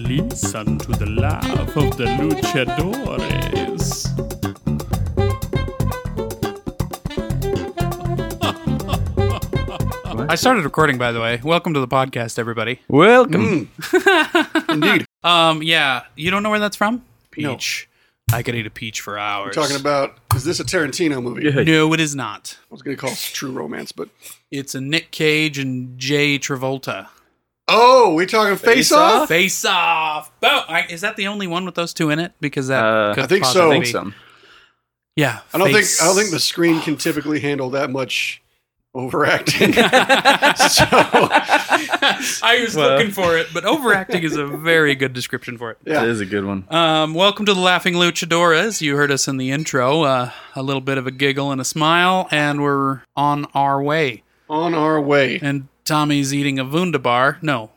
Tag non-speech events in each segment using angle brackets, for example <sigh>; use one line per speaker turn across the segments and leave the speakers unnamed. listen to the laugh of the luchadores.
I started recording, by the way. Welcome to the podcast, everybody.
Welcome.
<laughs>
Mm. Indeed.
Um, yeah, you don't know where that's from? Peach. I could eat a peach for hours.
Talking about is this a Tarantino movie? I
No, it is not.
was going to call it True Romance, but
It's a Nick Cage and Jay Travolta.
oh, we talking Face, off?
Face off. Boom. I, is that the only one with those two in it? Because that
Uh,
could
I think so.
possibly
I think
be-
some.
Yeah.
I don't
Face-
think I don't think the screen can typically handle that much overacting. so
<laughs> I was
Well.
looking for it, but overacting is a very good description for it.
That
yeah,
is a good one.
Um, welcome to the Laughing Luchadoras. You heard us in the intro, uh, a little bit of a giggle and a smile, and we're on our way.
on our way.
And Tommy's eating a Wundabar. No,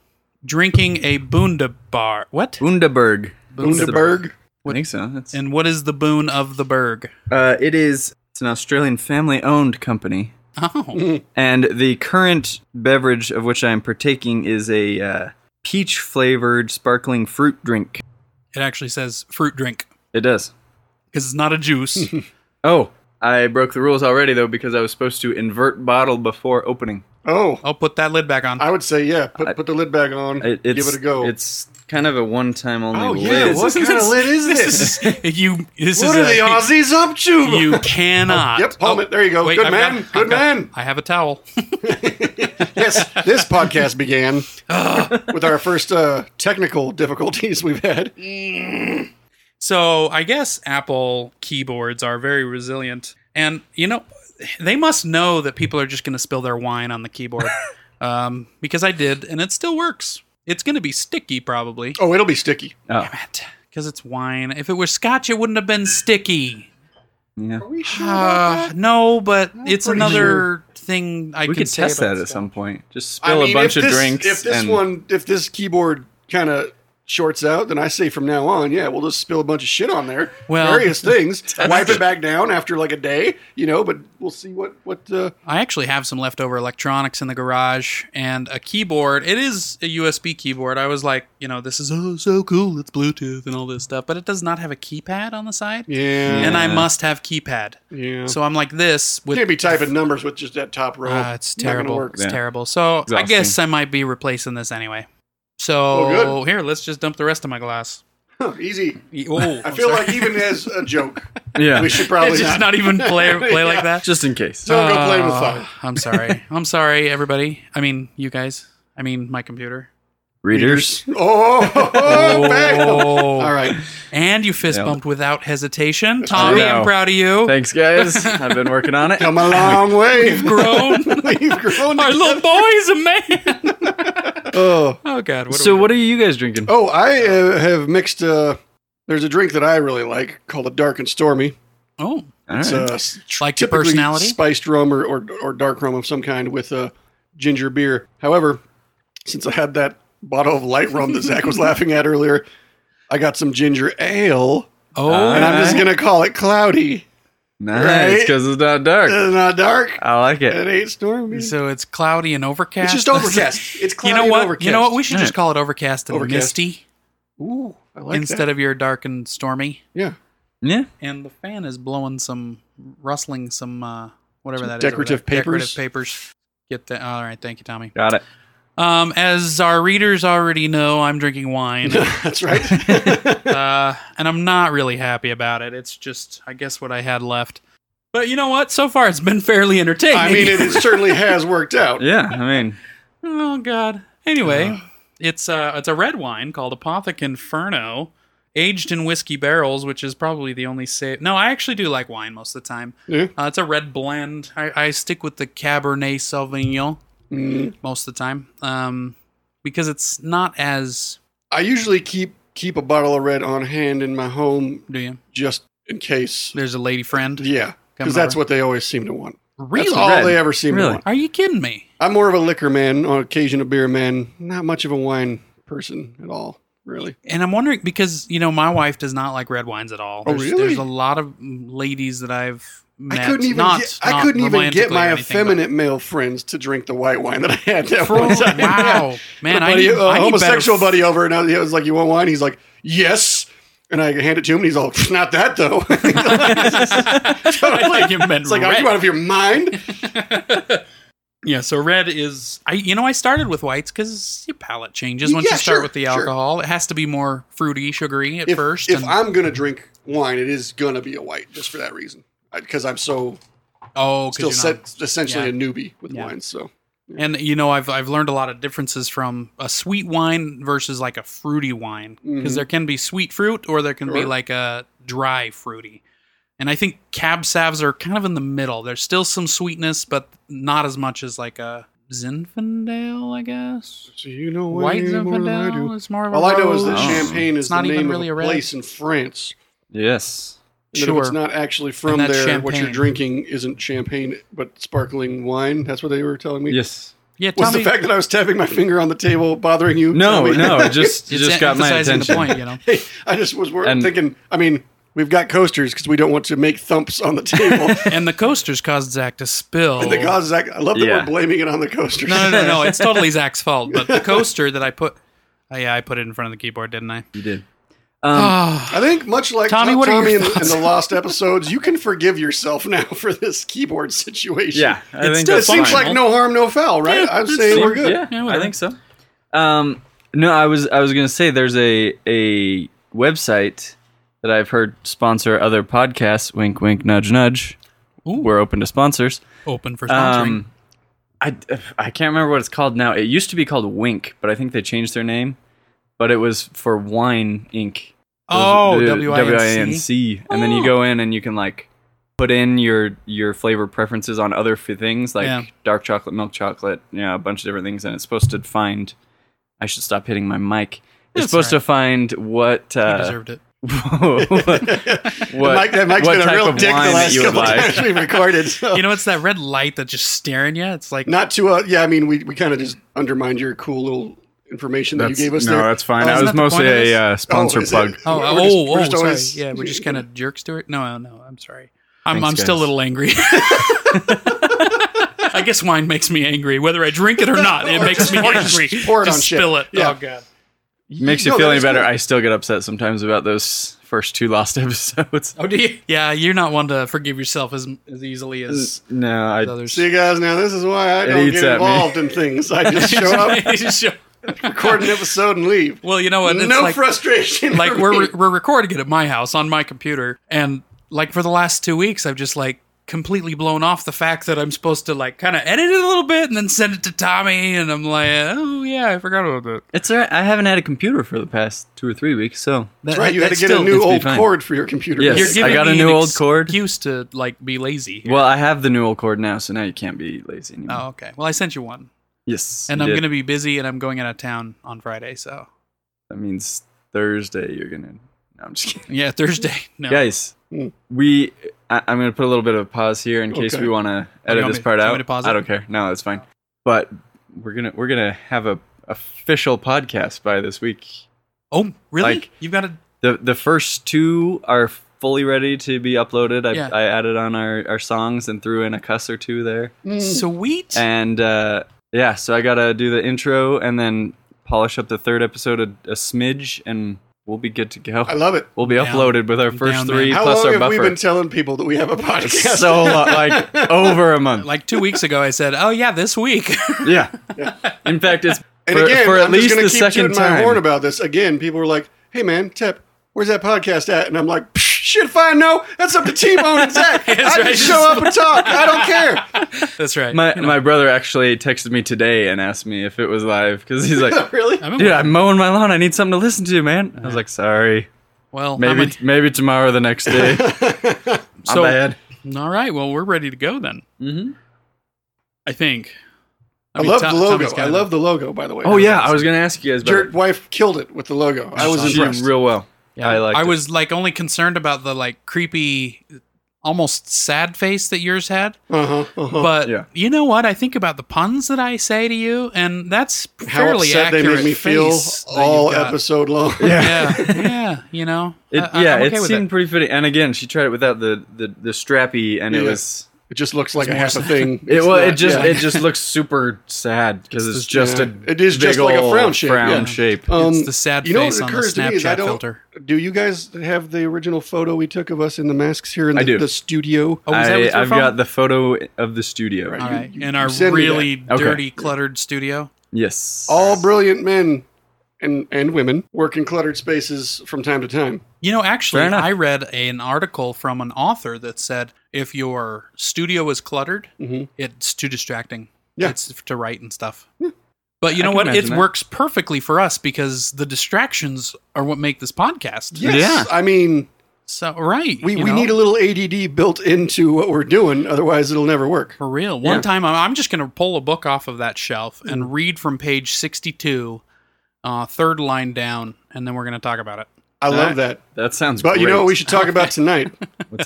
drinking a Bundabar. What?
Bundaberg.
Bundaberg.
I think so. That's,
And what is the boon of the Berg?
uh, it is. It's an Australian family-owned company,
Oh,
and the current beverage of which I am partaking is a uh, peach-flavored sparkling fruit drink.
it actually says fruit drink
It does.
because it's not a
<laughs>
juice.
Oh, I broke the rules already though because I was supposed to invert bottle before opening.
Oh,
I'll put that lid back on.
I would say yeah. Put put the lid back on.
It, it's,
give it a go.
It's kind of a one-time only.
oh
lid.
yeah. What kind of lid is this?
<laughs> you. This
What
is
are the
a-
Aussies up to?
<laughs> You cannot.
Yep, palm it. There you go. Good
I've
man.
got-
Good
I've got-
man.
I have a towel.
yes, this podcast began with our first uh, technical difficulties we've had.
So I guess Apple keyboards are very resilient, and you know, they must know that people are just going to spill their wine on the
<laughs>
keyboard, um, because I did, and it still works. It's going to be sticky probably,
Oh, it'll be sticky.
Oh,
because it's wine. If it were scotch, it wouldn't have been sticky.
yeah.
Are we sure?
Uh, no, but it's
pretty
another
sure.
thing I
We
can
could
say
test
about
that at
scotch.
some point. Just
I
spill
mean,
a bunch
if
of
this,
drinks.
If this
and-
one, if this keyboard kind of shorts out, then I say from now on, yeah, we'll just spill a bunch of shit on there.
Well-
various things. Wipe it back down after like a day, you know. But we'll see what what. Uh,
I actually have some leftover electronics in the garage and a keyboard. It is a USB keyboard. I was like, you know, this is oh so cool. It's Bluetooth and all this stuff, but it does not have a keypad on the side.
yeah,
And I
Yeah.
must have keypad.
yeah.
So I'm like this
you
with
can't be typing numbers with just that top row.
Ah, it's
Not gonna
terrible.
work. <laughs>
It's
Yeah.
terrible. So I
Exhausting.
guess I might be replacing this anyway. So
Oh,
here, let's just dump the rest of my glass.
Huh, easy.
E- Oh,
<laughs> I feel like even as a joke,
<laughs> yeah,
we should probably
it's just
not.
not even
<laughs>
play play
Yeah.
like that.
just in case.
Don't go playing with
Oh,
fire. <laughs>
I'm sorry. I'm sorry, everybody. I mean, you guys. I mean, my
<laughs>
computer.
Readers.
Oh, <laughs> bam.
Oh.
all right.
And you fist
Yeah.
bumped without hesitation. Tommy,
I
I'm
know.
proud of you.
Thanks, guys. I've been working on it.
Come a long way. We've
<laughs>
Grown.
<laughs> We've grown.
Our little
together.
boy's a man.
Oh.
Oh, God. What
So,
so,
what are you guys drinking?
Oh, I uh, have mixed. Uh, there's a drink that I really like called a dark and stormy.
oh,
All
It's
right.
uh, s-
like your
typically
personality?
spiced rum or, or or dark rum of some kind with uh, ginger beer. However, since I had that bottle of light rum
<laughs>
that Zach was laughing at earlier, I got some ginger ale,
oh,
Uh, and I'm just
Alright.
gonna call it cloudy.
nice, because it's not dark.
It's not dark.
I like
It
it.
ain't stormy.
so it's cloudy and overcast.
It's just overcast.
<laughs>
It's
you
cloudy
know
and
what?
overcast.
You know what? We should just
Alright.
call it overcast and
Overcast.
misty
Ooh, I like
instead
that.
of your dark and stormy.
yeah, <laughs>
Yeah.
And the fan is blowing some, rustling some, uh, whatever
Some
that is over
decorative
there.
papers.
Decorative papers. Get that. All right. Thank you, Tommy.
Got it.
Um, as our readers already know, I'm drinking
<laughs>
wine. <laughs>
that's right.
uh, and I'm not really happy about it. It's just, I guess, what I had left. But you know what? So far, it's been fairly entertaining.
I mean, it certainly has worked out.
Yeah. I mean,
<laughs> oh God. Anyway, it's uh, it's a red wine called Apothic Inferno, aged in whiskey barrels, which is probably the only safe. No, I actually do like wine most of the time.
Yeah.
Uh, it's a red blend. I, I stick with the Cabernet Sauvignon
Mm-hmm.
most of the time, um, because it's not as.
I usually keep keep a bottle of red on hand in my home
Do you?
just in case.
There's a lady friend.
Yeah, because that's what they always seem to want. That's
Really?
all
Red.
they ever seem to
Really?
want.
Are you kidding me?
I'm more of a liquor man, on occasion a beer man, not much of a wine person at all. Really?
And I'm wondering because you know my wife does not like red wines at all.
Oh,
There's,
really?
There's a lot of ladies that I've met.
I couldn't even
not,
get, I
not
couldn't even
romantically
get
or
my
anything, but-
effeminate male friends to drink the white wine that I had
<laughs>
that <laughs>
For-
one time.
wow, man!
a
I
buddy,
need,
a
I need
homosexual
<laughs> better,
buddy over, and I was like, "You want wine?" He's like, "Yes." And I hand it to him, and he's all, "Not that
<laughs>
though." <laughs>
I think you meant
it's like, "Are
red.
you out of your mind?"
<laughs> Yeah, so red is I you know I started with whites cuz your palate changes once
Yeah,
you start
sure,
with the
sure.
alcohol. It has to be more fruity, sugary at
If,
first.
if
and-
I'm gonna drink wine, it is gonna be a white, just for that reason, because I'm so
oh, 'cause
still
you're
set,
not-
essentially
yeah.
a newbie with
Yeah.
wine. So
and you know I've I've learned a lot of differences from a sweet wine versus like a fruity wine because
Mhm.
there can be sweet fruit or there can be
Sure.
like a dry fruity. And I think cab salves are kind of in the middle. There's still some sweetness but not as much as like a Zinfandel, I guess.
So you know
White Zinfandel is more of a
All I know is that
rose.
Oh.
champagne is
It's not
the
even
name
really a
of a
red.
place in France.
Yes.
And that if it's
Sure.
not actually from there,
that's
what you're
champagne.
drinking isn't champagne, but sparkling wine. That's what they were telling me.
Yes.
Yeah, tell
Was
me,
the fact that I was tapping my finger on the table bothering you?
No,
Tommy?
no,
<laughs>
it just it
It's
just got my
emphasizing
attention.
The point, you know.
I just was wor-
And-
thinking. I mean, we've got coasters because we don't want to make thumps on the table.
<laughs> And the coasters caused Zach to spill.
and the cause, I love that
Yeah.
we're blaming it on the coasters.
Oh. no, no, no, no. It's totally Zach's fault. But the coaster that I put, oh, yeah, I put it in front of the keyboard, didn't I?
You did.
Ah,
<laughs> I think much like
Tommy,
Tom-
what are your
Tommy in, in
thoughts?
the lost episodes, you can forgive yourself <laughs> now for this keyboard situation.
Yeah, I
It's
think
still-
It
that's
fine.
seems like no harm, no foul, right?
Yeah,
I'm
it's
saying
fine.
we're good.
Yeah,
Yeah,
I
whatever.
think so. Um, no, I was I was gonna say there's a a website that I've heard sponsor other podcasts. Wink, wink, nudge, nudge.
Ooh.
We're open to sponsors.
open for sponsoring.
Um, I I can't remember what it's called now. It used to be called Wink, but I think they changed their name. But it was for Wine Inc.
oh,
Those- the
W-I-N-C.
WINC. And then you
Oh.
go in and you can like put in your your flavor preferences on other f- things like
Yeah.
dark chocolate, milk chocolate, you know, a bunch of different things. And it's supposed to find. I should stop hitting my mic. It's
That's
supposed
all
to find what
You
<laughs>
<laughs> uh,
deserved it.
what, what,
Mike, that Mike's
what
been a
type
real
of
dick the
wine that
last
you would
couple
like.
times we've recorded. So.
You know, it's that red light that's just staring you. It's like,
Not to, uh, yeah, I mean, we, we kind of just undermined your cool little information that
That's,
you gave us
no,
there.
that's fine.
Oh,
that
isn't
was
that
mostly
the point of this?
a uh, sponsor
Oh, is
plug.
it?
oh,
We're
oh,
just-
oh,
we're just
sorry.
always-
yeah, we're just kind of jerks to it. No, no, I'm sorry. I'm,
Thanks,
I'm still a
guys.
little angry. <laughs> I guess wine makes me angry, whether I drink it or not. It
<laughs> Or
makes
just-
me
or just
angry.
pour it
Just
on shit.
spill it.
Yeah.
Oh god.
makes you
No,
feel
that
any
is
better.
cool.
I still get upset sometimes about those first two lost <laughs> episodes.
Oh, do you? Yeah, you're not one to forgive yourself as as easily as
No, I
others. <laughs>
See, guys, now this is why I don't
eats
get
at me.
involved in things. I just show up,
Sure.
record an episode, and leave.
well, you know what? It's
no
like, <laughs>
frustration.
like
for
we're
me.
re- we're recording it at my house on my computer, and like for the last two weeks, I've just like completely blown off the fact that I'm supposed to like kind of edit it a little bit and then send it to Tommy, and I'm like, oh yeah, I forgot about that.
It's all right. I haven't had a computer for the past two or three weeks, so
That's
<laughs> right. You had to get a
it's
new
been
old
fine.
cord for your computer.
Yes.
You're
I
giving
got a
me
new
an
old cord.
excuse to like be lazy. here.
Well, I have the new old cord now, so now you can't be lazy anymore.
oh okay. Well, I sent you one,
Yes,
and
you
I'm
did.
gonna be busy, and I'm going out of town on Friday, so
That means Thursday you're gonna. No, I'm just kidding.
yeah, <laughs> Thursday. No.
Guys,
Mm.
we. I, I'm gonna put a little bit of a pause here in case
Okay.
we want to edit
want
this
me-
part
do Oh, you
out.
want me to pause
I
it?
don't care. No, that's fine. But we're gonna we're gonna have a official podcast by this week.
Oh, really?
Like-
You've got a
The the first two are fully ready to be uploaded. I,
Yeah.
I added on our, our songs and threw in a cuss or
<laughs>
two there.
sweet.
mm. And uh, yeah, so I gotta do the intro and then polish up the third episode a, a smidge, and we'll be good to go.
I love it.
We'll be
Down.
uploaded with our first
Down,
three
man.
How
plus
long
our
have we
buffer.
been telling people that we have a podcast?
<laughs> so lo- like over a month.
like two weeks ago, I said, "Oh yeah, this week." <laughs>
yeah. In fact, it's
And
for,
again,
for at
I'm
least
just going
the
to keep
second
tooting my
time.
horn about this. Again, people were like, "Hey, man, Tep, where's that podcast at?" And I'm like, "Psh, "Shit, if I know, that's up to T-Bone and
<laughs>
Zach. I
That's
just
right.
show up and talk. I don't care."
That's right.
my my brother actually texted me today and asked me if it was live because
<laughs>
he's <laughs> like,
really?
I mean,
"Dude, I'm mowing my lawn. I need something to listen to, man." I was like, "Sorry,
well, how
maybe
many-
maybe tomorrow, or the
<laughs>
next day." <laughs>
So-
My bad.
all right. Well, we're ready to go then.
Mhm.
I think.
I love
Tom-
the logo.
Tommy's got
I
it.
love the logo. By the way.
Oh yeah, I was gonna ask you guys. About
Your wife killed it with the logo. I was
She did
impressed.
real well. I like.
I was like only concerned about the like creepy almost sad face that yours had.
Uh huh. Uh-huh.
But
yeah.
you know what? I think about the puns that I say to you, and that's
How
fairly
upset they
accurate.
made me feel
face that
all
you've got.
episode long.
<laughs> Yeah, yeah, you know.
It,
I- I-
yeah,
I'm okay
it
with
seemed pretty fitting. And again, she tried it without the the, the strappy, and it
Yeah.
was
It just looks like a half a thing.
<laughs> it
It's
well,
not-
it just
yeah.
it just looks super sad because it's just
yeah.
a
It is
big
just like a
ol'
frown shape,
Frown
yeah.
shape.
Um,
It's the sad
you know what
face on the
occurs to me is I
Snapchat
don't-
filter.
Do you guys have the original photo we took of us in the masks here in the,
I do.
the studio?
Oh, is that
I,
with your
I've
phone?
got the photo of the studio.
Right.
All
You-
right,
you-
in
you
our
sent me that.
really
Okay.
dirty, cluttered studio.
Yes,
All brilliant men and, and women work in cluttered spaces from time to time.
You know, actually,
Fair enough.
I read an article from an author that said if your studio is cluttered,
Mm-hmm.
Mhm.
it's too distracting.
Yeah.
It's to write and stuff. But you
I
know
can
what? It
imagine that.
works perfectly for us because the distractions are what make this podcast.
Yes.
Yeah.
I mean,
So right,
we,
you
we
know,
need a little ADD built into what we're doing, otherwise, it'll never work.
for real. One
Yeah. Mm-hmm.
time, I'm, I'm just going to pull a book off of that shelf and read from page 62, uh, third line down, and then we're going to talk about it.
I love
Alright.
that.
That sounds.
But you know
great.
what we should talk about tonight?
What's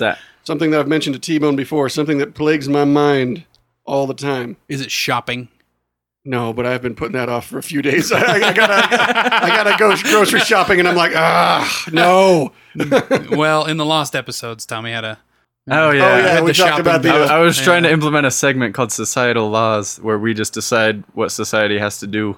<laughs>
that?
something that I've mentioned to T Bone before, something that plagues my mind all the time.
Is it
<laughs>
shopping?
No, but I've been putting that off for a few days. <laughs> I, I gotta, I gotta go grocery shopping, and I'm like, ah, no.
well, in the lost episodes, Tommy had a
Oh yeah.
oh yeah,
had
we
the
talked
shopping
about the.
I,
uh,
I was
Yeah.
trying to implement a segment called "Societal Laws," where we just decide what society has to do.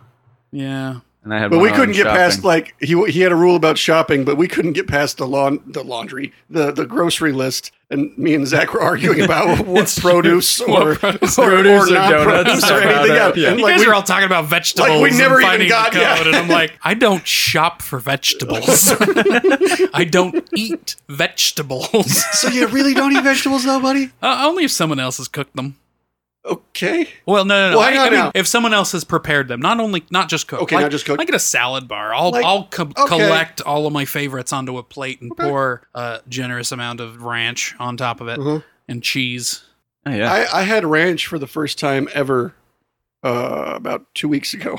yeah.
And I had,
but
one
we
on
couldn't get
shopping.
past like he he had a rule about shopping, but we couldn't get past the lawn the laundry the the grocery list, and me and Zach were arguing about what produce or
What produce-
or,
Produce or
non-produce
donuts
or
or
anything
whatever.
else.
Yeah.
You
Like,
guys
we-
are all talking about vegetables.
like, we never
and
even
finding
got-
the <laughs>
yeah.
code, and
<laughs>
I'm like, I don't shop for vegetables. I don't eat vegetables.
<laughs> so you really don't eat vegetables now, buddy?
uh, only if someone else has cooked them.
Okay.
Well, no, no, no.
Well, hang
I, I
on
mean,
now.
if someone else has prepared them, not only not just cooked.
Okay,
like,
not just cooked.
I get a salad bar. I'll
Like,
I'll co-
okay.
collect all of my favorites onto a plate and pour a generous amount of ranch on top of it
Uh-huh.
and cheese.
Oh, yeah.
I, I had ranch for the first time ever uh, about two weeks ago.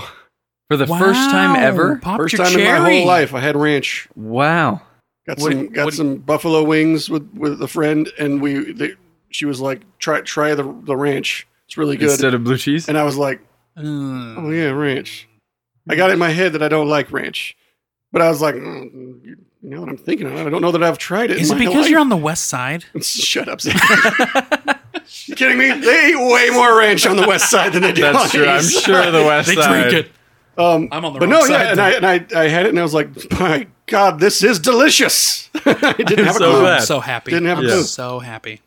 For the first time
Wow,
ever.
popped
First
your
time in my
cherry.
whole life, I had ranch.
Wow.
Got
What-
some got
what-
some buffalo wings with with a friend, and we they, she was like, try try the the ranch. It's really good.
Instead of blue cheese.
and I was like,
Mm.
oh yeah, ranch. I got it in my head that I don't like ranch, but I was like, mm, you know what I'm thinking of? I don't know that I've tried it.
Is it because you're on the west side?
<laughs>
<laughs>
Shut up, Zach. you kidding me? They eat way more ranch on the west side than they do. <laughs>
That's
on
true.
the
I'm
east.
sure the West
They
Side.
drink it.
Um,
I'm on the
but
wrong
no,
side
yeah, and I, and I I had it and I was like, my God, this is delicious. <laughs> I didn't have a
So
clue.
bad.
I'm so happy.
Didn't have
I'm
a clue.
so happy.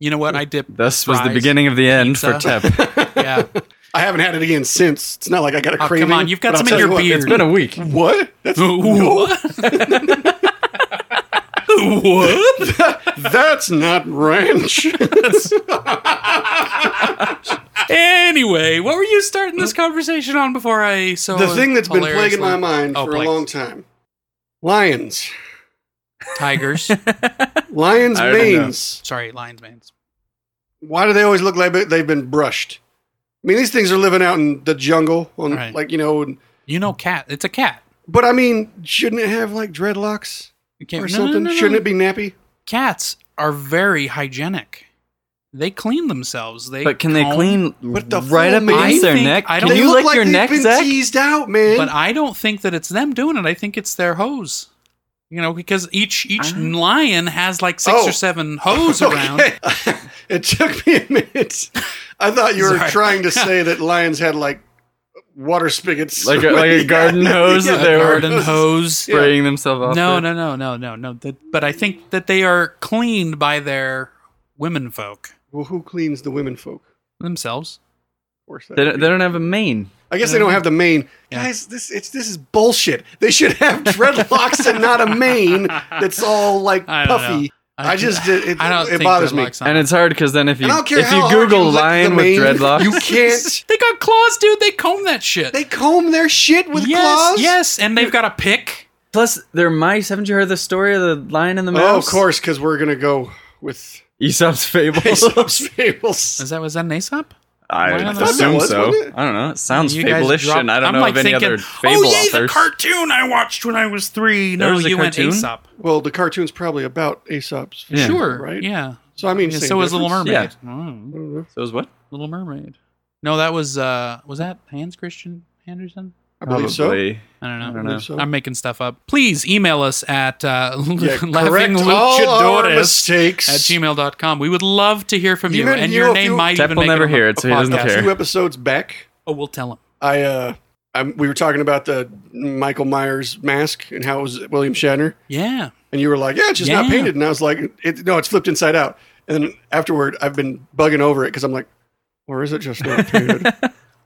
You know what? I dip.
This was the
fries.
beginning of the end for
Pizza.
Tep.
<laughs>
<laughs>
Yeah.
I haven't had it again since. It's not like I got a
Oh, come
craving.
on, you've got
but
some
I'll
in
tell
your
you
it's been a week.
What? What?
<laughs>
That's,
Ooh. what? <laughs>
that's not ranch.
Anyway, what were you starting this conversation on before I so
the thing that's been plaguing my
hilariously-
mind
Oh,
for
plagues. <laughs>
a long time. Lions.
tigers.
Lions'
I already know.
manes.
Sorry, lions manes.
Why do they always look like they've been brushed? I mean, these things are living out in the jungle, on
Right.
like you know. and-
You know, cat. It's a cat.
But I mean, shouldn't it have like dreadlocks
You can't,
or
no, no,
something?
no, no,
Shouldn't it be nappy?
Cats are very hygienic. They clean themselves. They
But can they
comb,
clean
What the
right
fuck,
up
man?
against
I
their
think-
neck?
I
Can
don't-
you
look
lick your
they've
neck,
been
Zach?
teased out, man.
but I don't think that it's them doing it. I think it's their hose. You know, because each each lion has like six
Ah. Oh.
or seven
<laughs>
hose around.
Okay. it took me a minute. I thought you were
Sorry.
trying
<laughs>
to say that lions had like water spigots,
Like a,
<laughs>
like a garden hose
Yeah.
that they were
Garden hose.
<laughs> spraying themselves off.
No,
with?
no, no, no, no, no. That- but I think that they are cleaned by their women folk
well, who cleans the women folk?
themselves.
Of course, that
They
would
don't,
be-
they don't have a mane.
I guess they don't have the mane. Guys, this it's this is bullshit. They should have dreadlocks and not a mane that's all like
I don't
puffy.
know.
I, just
<laughs>
it, it,
I don't.
it
think
bothers
that
me.
looks on-
And it's hard because then if you
And I don't care
if
how
you
hard
Google
you lick the
lion with
mane,
dreadlocks,
you
<laughs>
can't.
they got claws, dude. They comb that shit.
They comb their shit with
yes,
claws.
yes, and they've got a pick.
<laughs> plus they're mice. Haven't you heard the story of the lion and the mouse?
Oh, of course, because we're gonna go
<laughs>
with <laughs>
Aesop's Fable.
Aesop's fables.
Is that was that an Aesop?
I,
I thought
that
assume
was,
so.
wasn't it?
I don't know. It sounds
guys
fable-ish,
dropped-
and I don't
I'm
know
like
of any
thinking,
other fable
oh, yay, the
authors.
cartoon I watched when I was three. No,
was a
you went
cartoon?
Aesop.
Well, the cartoon's probably about Aesop's.
Yeah.
Sure.
Right?
Yeah.
So I mean,
Yeah,
same
so was Little
difference.
Mermaid.
Yeah.
Mm,
So is what?
Little Mermaid. No, that was uh was that Hans Christian Andersen?
I believe so.
Probably.
I don't know.
I
I
don't know.
believe so.
I'm making stuff up. Please email us at uh, <laughs>
Yeah, correct all our
laughingluchadores
mistakes.
at gmail.com. We would love to hear from you,
Even
and
you,
your
if
name
you-
might
Tep
even
will
make
never
on
hear
a-
it,
a
so he doesn't
podcast.
care.
Two episodes back,
Oh, we'll tell him.
I uh, I'm, we were talking about the Michael Myers mask and how it was William Shatner,
Yeah.
and you were like, "Yeah, it's just not
Yeah.
painted," and I was like, it, "No, it's flipped inside out." And then afterward, I've been bugging over it because I'm like, "Or is it
<laughs>
just not painted?"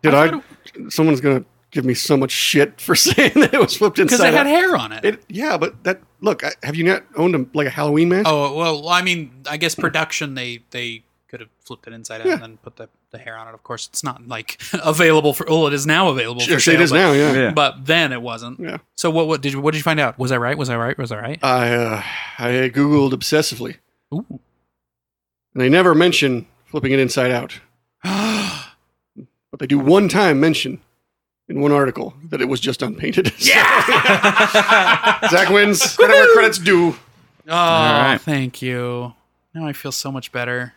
Did I? someone's gonna give me so much shit <laughs> for saying that it was flipped
Because
inside
it had
out.
hair on it.
It, yeah, but that look. I, have you not owned a, like a Halloween mask?
Oh well, I mean, I guess production they they could have flipped it inside out
Yeah.
and then put the, the hair on it. Of course, it's not like <laughs> available for. Well, it is now available.
Sure,
for
it
sale,
is
but,
now. Yeah.
Yeah.
But then it wasn't.
Yeah.
So what what did you what did you find out? Was I right? Was I right? Was I right?
I uh, I googled obsessively,
Ooh.
and they never mention flipping it
<gasps>
inside out, but they do one time mention in one article that it was just unpainted. <laughs> Yeah. <laughs> Zach wins. Credit where credits due.
Oh,
right.
thank you. Now I feel so much better.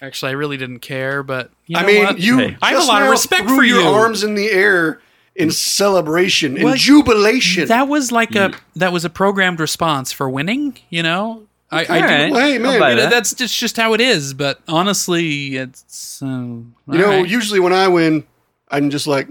Actually, I really didn't care, but you know
I mean,
what?
you.
Hey.
I have
just
a lot of
now
respect
threw
for
your
you.
arms in the air in celebration, in
Well,
jubilation.
that was like a
You-
that was a programmed response for winning. You know, I, I
All
do
right.
Well, hey,
I'll
man,
buy
You know,
that.
that's just, just how it is. But honestly, it's um,
You know, usually when I win, I'm just like,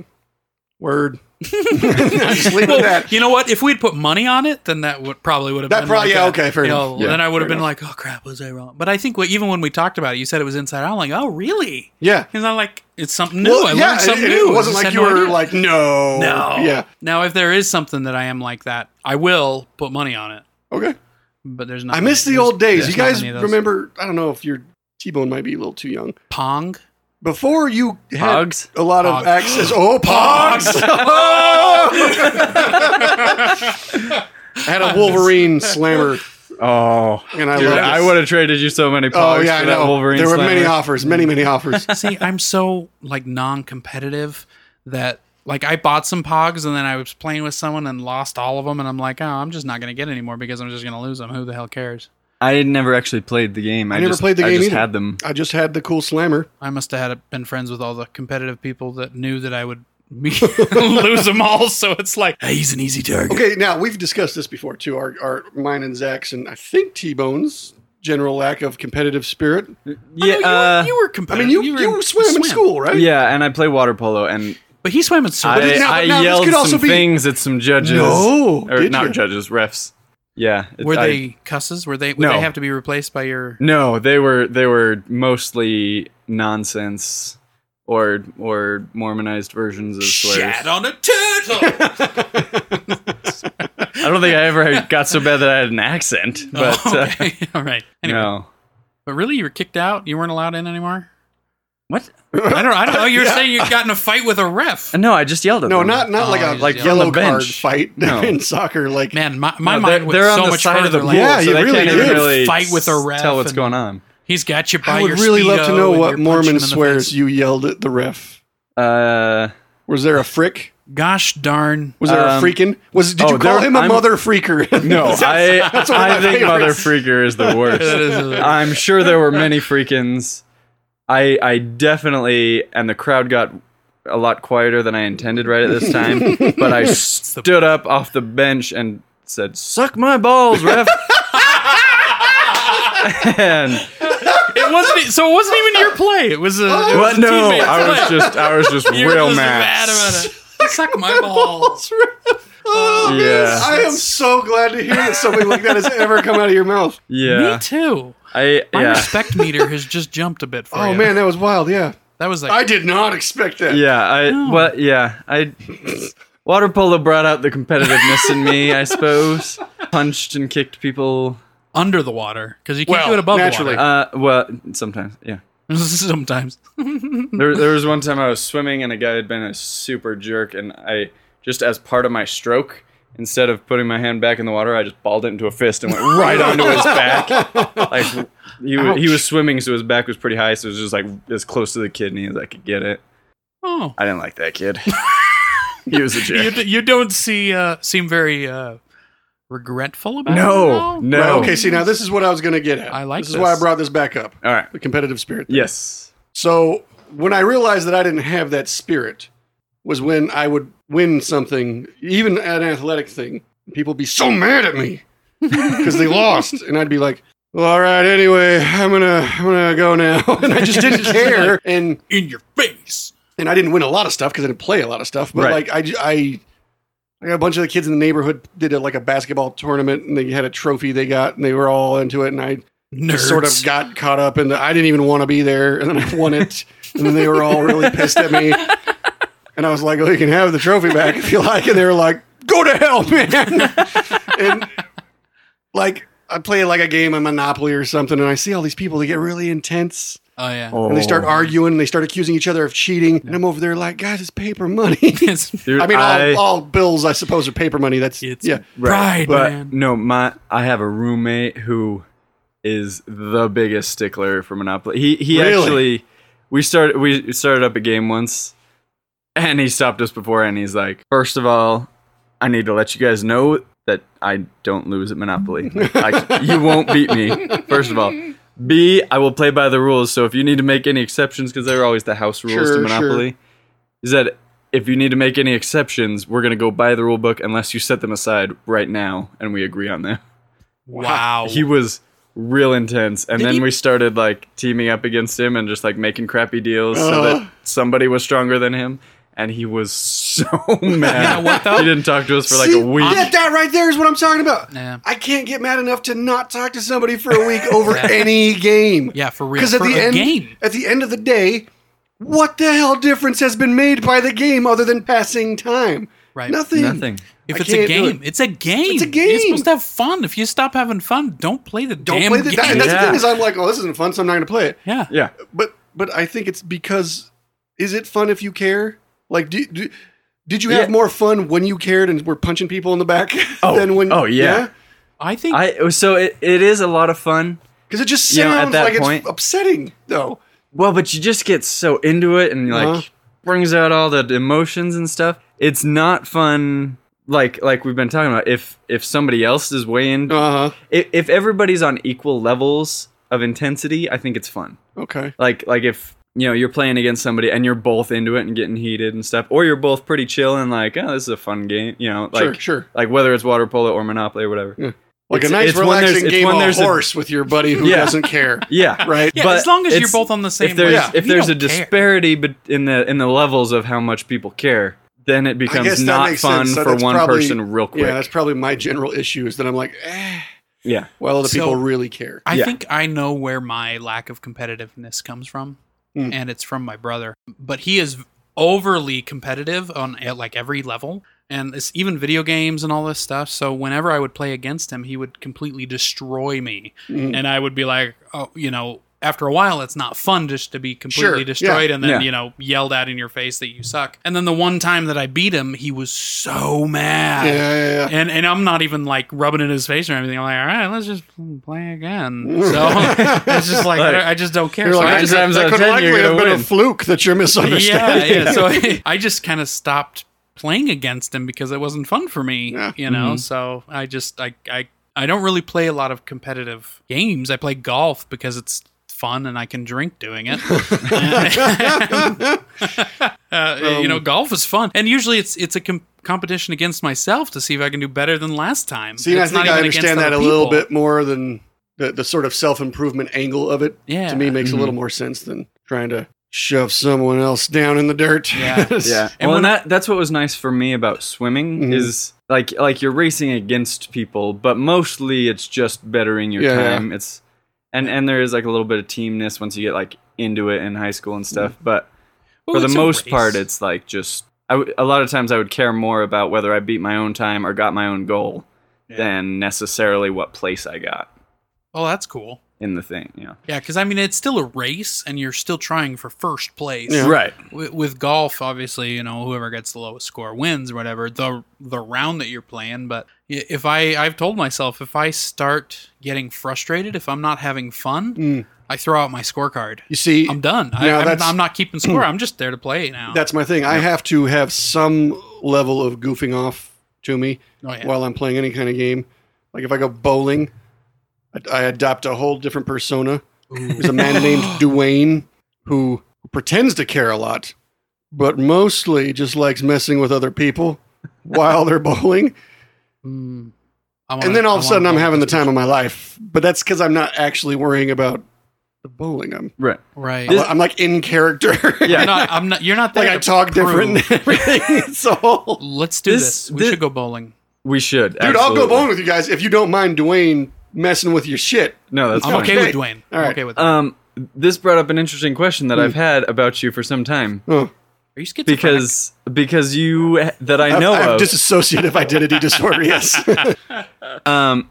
<laughs>
word. <laughs> I just leave it at that.
you know what? If we'd put money on it, then that would probably would have
That
been
probably-
like
yeah,
a-
okay, fair
you
enough.
know,
Yeah,
then I would have
fair
been like, oh crap, was I wrong? But I think what, even when we talked about it, you said it was inside out. I'm like, oh really?
Yeah.
Because I like it's something new. I learned something
it,
new.
It wasn't
I just had
like you
no
were
idea.
like, no.
no.
Yeah.
Now, if there is something that I am like that, I will put money on it.
Okay.
But there's not.
I miss the
there's-
old days.
there's
You
not
guys
any of those.
remember, I don't know if your T Bone might be a little too young.
Pong?
Before you had
Pogs?
a lot of
Pogs.
access.
<gasps>
Oh, Pogs! <laughs>
<laughs>
I had a Wolverine slammer,
Oh,
and I
dude,
loved it.
I would have traded you so many
Oh
pogs
yeah, I
for that
know.
Wolverine.
there were
slammer.
many offers, many many offers.
<laughs>
See, I'm so like non-competitive that like I bought some pogs and then I was playing with someone and lost all of them and I'm like, oh, I'm just not gonna get any more because I'm just gonna lose them. Who the hell cares?
I never actually played the game. I,
never
just,
played the
I
game
just
either.
had them.
I just had the cool slammer.
I must have had been friends with all the competitive people that knew that I would be- <laughs> lose them all. So it's like hey, he's an easy target.
Okay, now we've discussed this before too. Our, our mine and Zach's and I think T Bone's general lack of competitive spirit.
Yeah,
Oh, you,
uh,
were, you were
I
competitive.
mean, you
were
you swam in school, right?
yeah, and I play water polo, and
but he swam in circles.
I,
now-
I
now this
yelled
could
some
also be-
things at some judges.
No,
or
did
not
you?
judges, refs. Yeah, it-
were
I-
they cusses? Were they? Would
No.
they have to be replaced by your?
No, they were they were mostly nonsense or or Mormonized versions of swears.
on a turtle.
I don't think I ever got so bad that I had
<laughs>
an accent, but
<laughs> oh,
uh,
okay. all right. Anyway,
no.
but really, you were kicked out. You weren't allowed in anymore.
What?
I don't. I don't know.
<laughs>
You were saying you got in a fight with a ref.
No, I just yelled at
No,
them.
not not
Oh,
like a
you
like
just yelled.
yellow
On the
card
bench.
fight <laughs>
No.
in soccer. Like
Man, my, my
No,
mind went so much further. like,
pool. Yeah, you
they
really
can't even
did.
really
Fight with a
s-
ref
Tell what's
and-
going on.
He's got you by
I
your.
would really love to
Speedo
know
and
what
you're punching him
Mormon
in the
swears
face.
you yelled at the ref.
Uh,
Was there a frick?
Gosh darn!
Was there
Um,
a freaking? Was did
oh,
you call
there-
him a
I'm-
mother freaker? <laughs>
no, I
Oh, one of
I
my
think Mother
favorites.
Freaker is the
That
worst.
is a-
I'm sure there were many freakins. I I definitely and the crowd got a lot quieter than I intended right at this time, but I stood up off the bench and said, "Suck my balls, ref." <laughs>
<laughs>
and
it wasn't. e- So it wasn't even your play. It was a. it was
what?
a
No,
teammate's
I was
play.
just I was just
You were
real
just
mad.
mad about it. Suck
<laughs>
my balls.
Oh, man,
Yeah.
I am so glad to hear that something like that has ever come out of your mouth.
Yeah,
Me too.
I
My
yeah.
respect meter has just jumped a bit for
Oh
you.
man, that was wild. Yeah,
that was like
I did not expect that.
Yeah, I well, yeah, I water polo brought out the competitiveness in me, I suppose. Punched and kicked people.
under the water because you can't
Well,
do it above
naturally.
water. <laughs>
Uh, well, sometimes, yeah.
Sometimes.
There, there was one time I was swimming and a guy had been a super jerk, and I just as part of my stroke, instead of putting my hand back in the water, I just balled it into a fist and went right onto his back. Like he wa- he was swimming, so his back was pretty high, so it was just like as close to the kidney as I could get it.
Oh.
I didn't like that kid. <laughs> he was a
<laughs>
jerk.
you, d- you don't see uh, seem very uh, regretful about it at
No,
all?
no.
Right, okay, see, now this is what I was going to get at.
Oh. I like
This is why I
this.
brought this back up
All right.
the competitive spirit. thing.
Yes.
So when I realized that I didn't have that spirit was when I would win something, even an athletic thing. People would be so mad
<laughs>
at me because they lost, and I'd be like, well, "All right, anyway, I'm gonna I'm gonna go now," <laughs> and I
<laughs>
just didn't care, and
In your face.
and I didn't win a lot of stuff because I didn't play a lot of stuff, but
Right.
like I j- I. I got a bunch of the kids in the neighborhood did a, like a basketball tournament, and they had a trophy they got, and they were all into it. And I
Nerds.
sort of got caught up in the I didn't even want to be there, and then I won it, and then they were all really pissed at me. And I was like, "Oh, you can have the trophy back if you like," and they were like, "Go to hell, man!" and like I play like a game of Monopoly or something, and I see all these people they get really intense.
oh yeah.
Oh.
And they start arguing, and they start accusing each other of cheating. And I'm over there like, guys, it's paper money.
<laughs>
<laughs>
It's,
Dude,
I mean, all,
I-
all bills, I suppose, are paper money. That's
it's
yeah.
pride,
but
man.
no, my I have a roommate who is the biggest stickler for Monopoly. He he
Really?
actually we started we started up a game once, and he stopped us before, and he's like, first of all, I need to let you guys know that I don't lose
<laughs>
at Monopoly. I, you won't beat me. First of all. B, I will play by the rules. So if you need to make any exceptions, because there are always the house rules
Sure,
to
sure.
Monopoly, is that if you need to make any exceptions, we're going to go by the rule book unless you set them aside right now and we agree on them.
Wow.
Oh.
He was real intense. And
Did
then
he-
we started like teaming up against him and just like making crappy deals so
Ugh.
that somebody was stronger than him. And he was <laughs> so mad.
know what, though?
He didn't talk to us for like
See,
a week.
That, that right there is what I'm talking about.
Yeah.
I can't get mad enough to not talk to somebody for a week <laughs> over any game.
yeah, for real.
Because at
For
the
a
end,
game.
at the end of the day, what the hell difference has been made by the game other than passing time?
Right.
Nothing.
Nothing.
If
I
it's a
can't do
game,
it.
it's a game.
It's a
You're
game.
supposed to have fun. If you stop having fun, don't play the
Don't
damn
play the.
game.
That, and that's
Yeah.
the thing is, I'm like, oh, this isn't fun, so I'm not going to play it.
<laughs> yeah.
Yeah.
But but I think it's because is it fun if you care? Like, do, do did you have
Yeah.
more fun when you cared and were punching people in the back <laughs>
Oh,
than when?
oh, yeah.
I think
I so it, it is a lot of fun.
because it just
You know,
sounds
at that
like
point-
it's upsetting though.
Well, but you just get so into it and like
Uh-huh.
brings out all the emotions and stuff. It's not fun like like we've been talking about if if somebody else is way in
Uh huh.
if, if everybody's on equal levels of intensity, I think it's fun.
Okay.
Like like if you know you're playing against somebody and you're both into it and getting heated and stuff or you're both pretty chill and like, "Oh, this is a fun game." You know, like
sure. Sure.
like whether it's water polo or monopoly or whatever.
Yeah. Like
It's-
a nice
it's when there's-
relaxing
it's
game
when
on
there's a-
horse with your buddy who
Yeah.
doesn't care.
<laughs> Yeah.
Right.
Yeah,
But
as long as you're
it's-
both on the same
if there's
level.
if
You
there's a
don't care.
disparity bet in the in the levels of how much people care, then it
guess
becomes
that
not
makes
fun
sense. So
for
that's
one
probably-
person real quick.
Yeah,
Yeah,
that's probably my general issue is that I'm like, eh,
yeah.
well, the
So-
people really care.
I
Yeah.
think I know where my lack of competitiveness comes from,
Mm.
and it's from my brother. But he is overly competitive on at like every level, and it's even video games and all this stuff. So whenever I would play against him, he would completely destroy me,
Mm.
and I would be like, oh, you know. After a while, it's not fun just to be completely
Sure,
destroyed and then
yeah.
you know yelled at in your face that you suck. And then the one time that I beat him, he was so mad
Yeah, yeah, yeah.
and and I'm not even like rubbing it in his face or anything. I'm like, all right, let's just play again. So <laughs> it's just like,
Like,
I just don't care.
You're
So
like,
I
nine
I
just,
just,
times
that
out of
could
10,
likely
you're
have
gonna
been a
win.
fluke that you're
yeah,
misunderstanding.
yeah. So I, just kind of stopped playing against him because it wasn't fun for me,
Yeah.
you know. So I just I I I don't really play a lot of competitive games. I play golf because it's fun and I can drink doing
<laughs>
it. <laughs> uh,
Um,
you know, golf is fun, and usually it's it's a com- competition against myself to see if I can do better than last time.
<laughs> See, I
It's not
think I
even against
understand that
other
a little
people.
bit more than the, the sort of self improvement angle of it.
Yeah.
to me makes
Mm-hmm.
a little more sense than trying to shove someone else down in the dirt.
Yeah.
<laughs>
<laughs>
Yeah.
And
well,
when
and that that's what was nice for me about swimming
Mhm.
is like like you're racing against people, but mostly it's just bettering your
Yeah, yeah.
time. It's and and there is like a little bit of teamness once you get like into it in high school
Mm-hmm.
and stuff, but
Well,
for the
it's a
most
race.
part it's like just I w- a lot of times I would care more about whether I beat my own time or got my own goal than necessarily what place I got
oh, that's cool.
in the thing, you know.
Yeah, because I mean, it's still a race, and you're still trying for first place.
Yeah.
Right.
With, with golf, obviously, you know, whoever gets the lowest score wins, or whatever the the round that you're playing. But i- if I I've told myself if I start getting frustrated, if I'm not having fun,
Mm.
I throw out my scorecard.
You see,
I'm done. I,
Now
I'm,
that's- Hmm.
I'm not keeping score. I'm just there to play now.
that's my thing. I have to have some level of goofing off to me
oh, yeah.
while I'm playing any kind of game. Like if I go bowling, I, I adopt a whole different persona. There's a man named
<laughs>
Dwayne who pretends to care a lot, but mostly just likes messing with other people while they're bowling.
Mm. I wanna-
And then all
I
of a sudden, I'm
wanna-
having the time of my life. But that's because I'm not actually worrying about the bowling. I'm
Right.
Right. <laughs>
I'm, I'm like in character.
Yeah.
I'm not. I'm not. You're not there.
like I
to
talk
prove.
different. and everything. <laughs> So,
Let's do this.
This-
We
this-
should go bowling.
We should.
dude, I'll go bowling with you guys if you don't mind Dwayne messing with your shit.
No, that's
I'm
fine.
okay
Okay.
with Dwayne.
All right. Uh,
I'm okay with. That.
Um, this brought up an interesting question that I've
Hmm.
had about you for some time
Oh,
Are you schizophrenic?
because because you that I
I
know
I have
of.
dissociative
<laughs>
identity disorder. Yes.
um,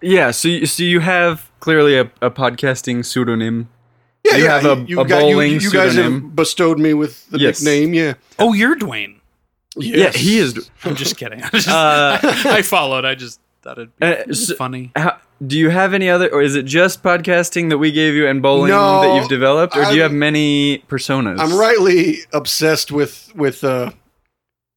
yeah. So you, so you have clearly a, a podcasting pseudonym.
<laughs> Yeah,
You have a- a
got-
bowling
you guys
pseudonym.
have bestowed me with the
Yes.
nickname. Yeah.
oh, you're Dwayne.
Yeah, he is.
I'm
<laughs>
just kidding. <laughs> I, just,
Uh,
I, followed. I just thought it'd be
Uh, so-
funny.
How, do you have any other, or is it just podcasting that we gave you and bowling
No,
that you've developed, or do you
I'm-
have many personas?
I'm rightly obsessed with with. Uh,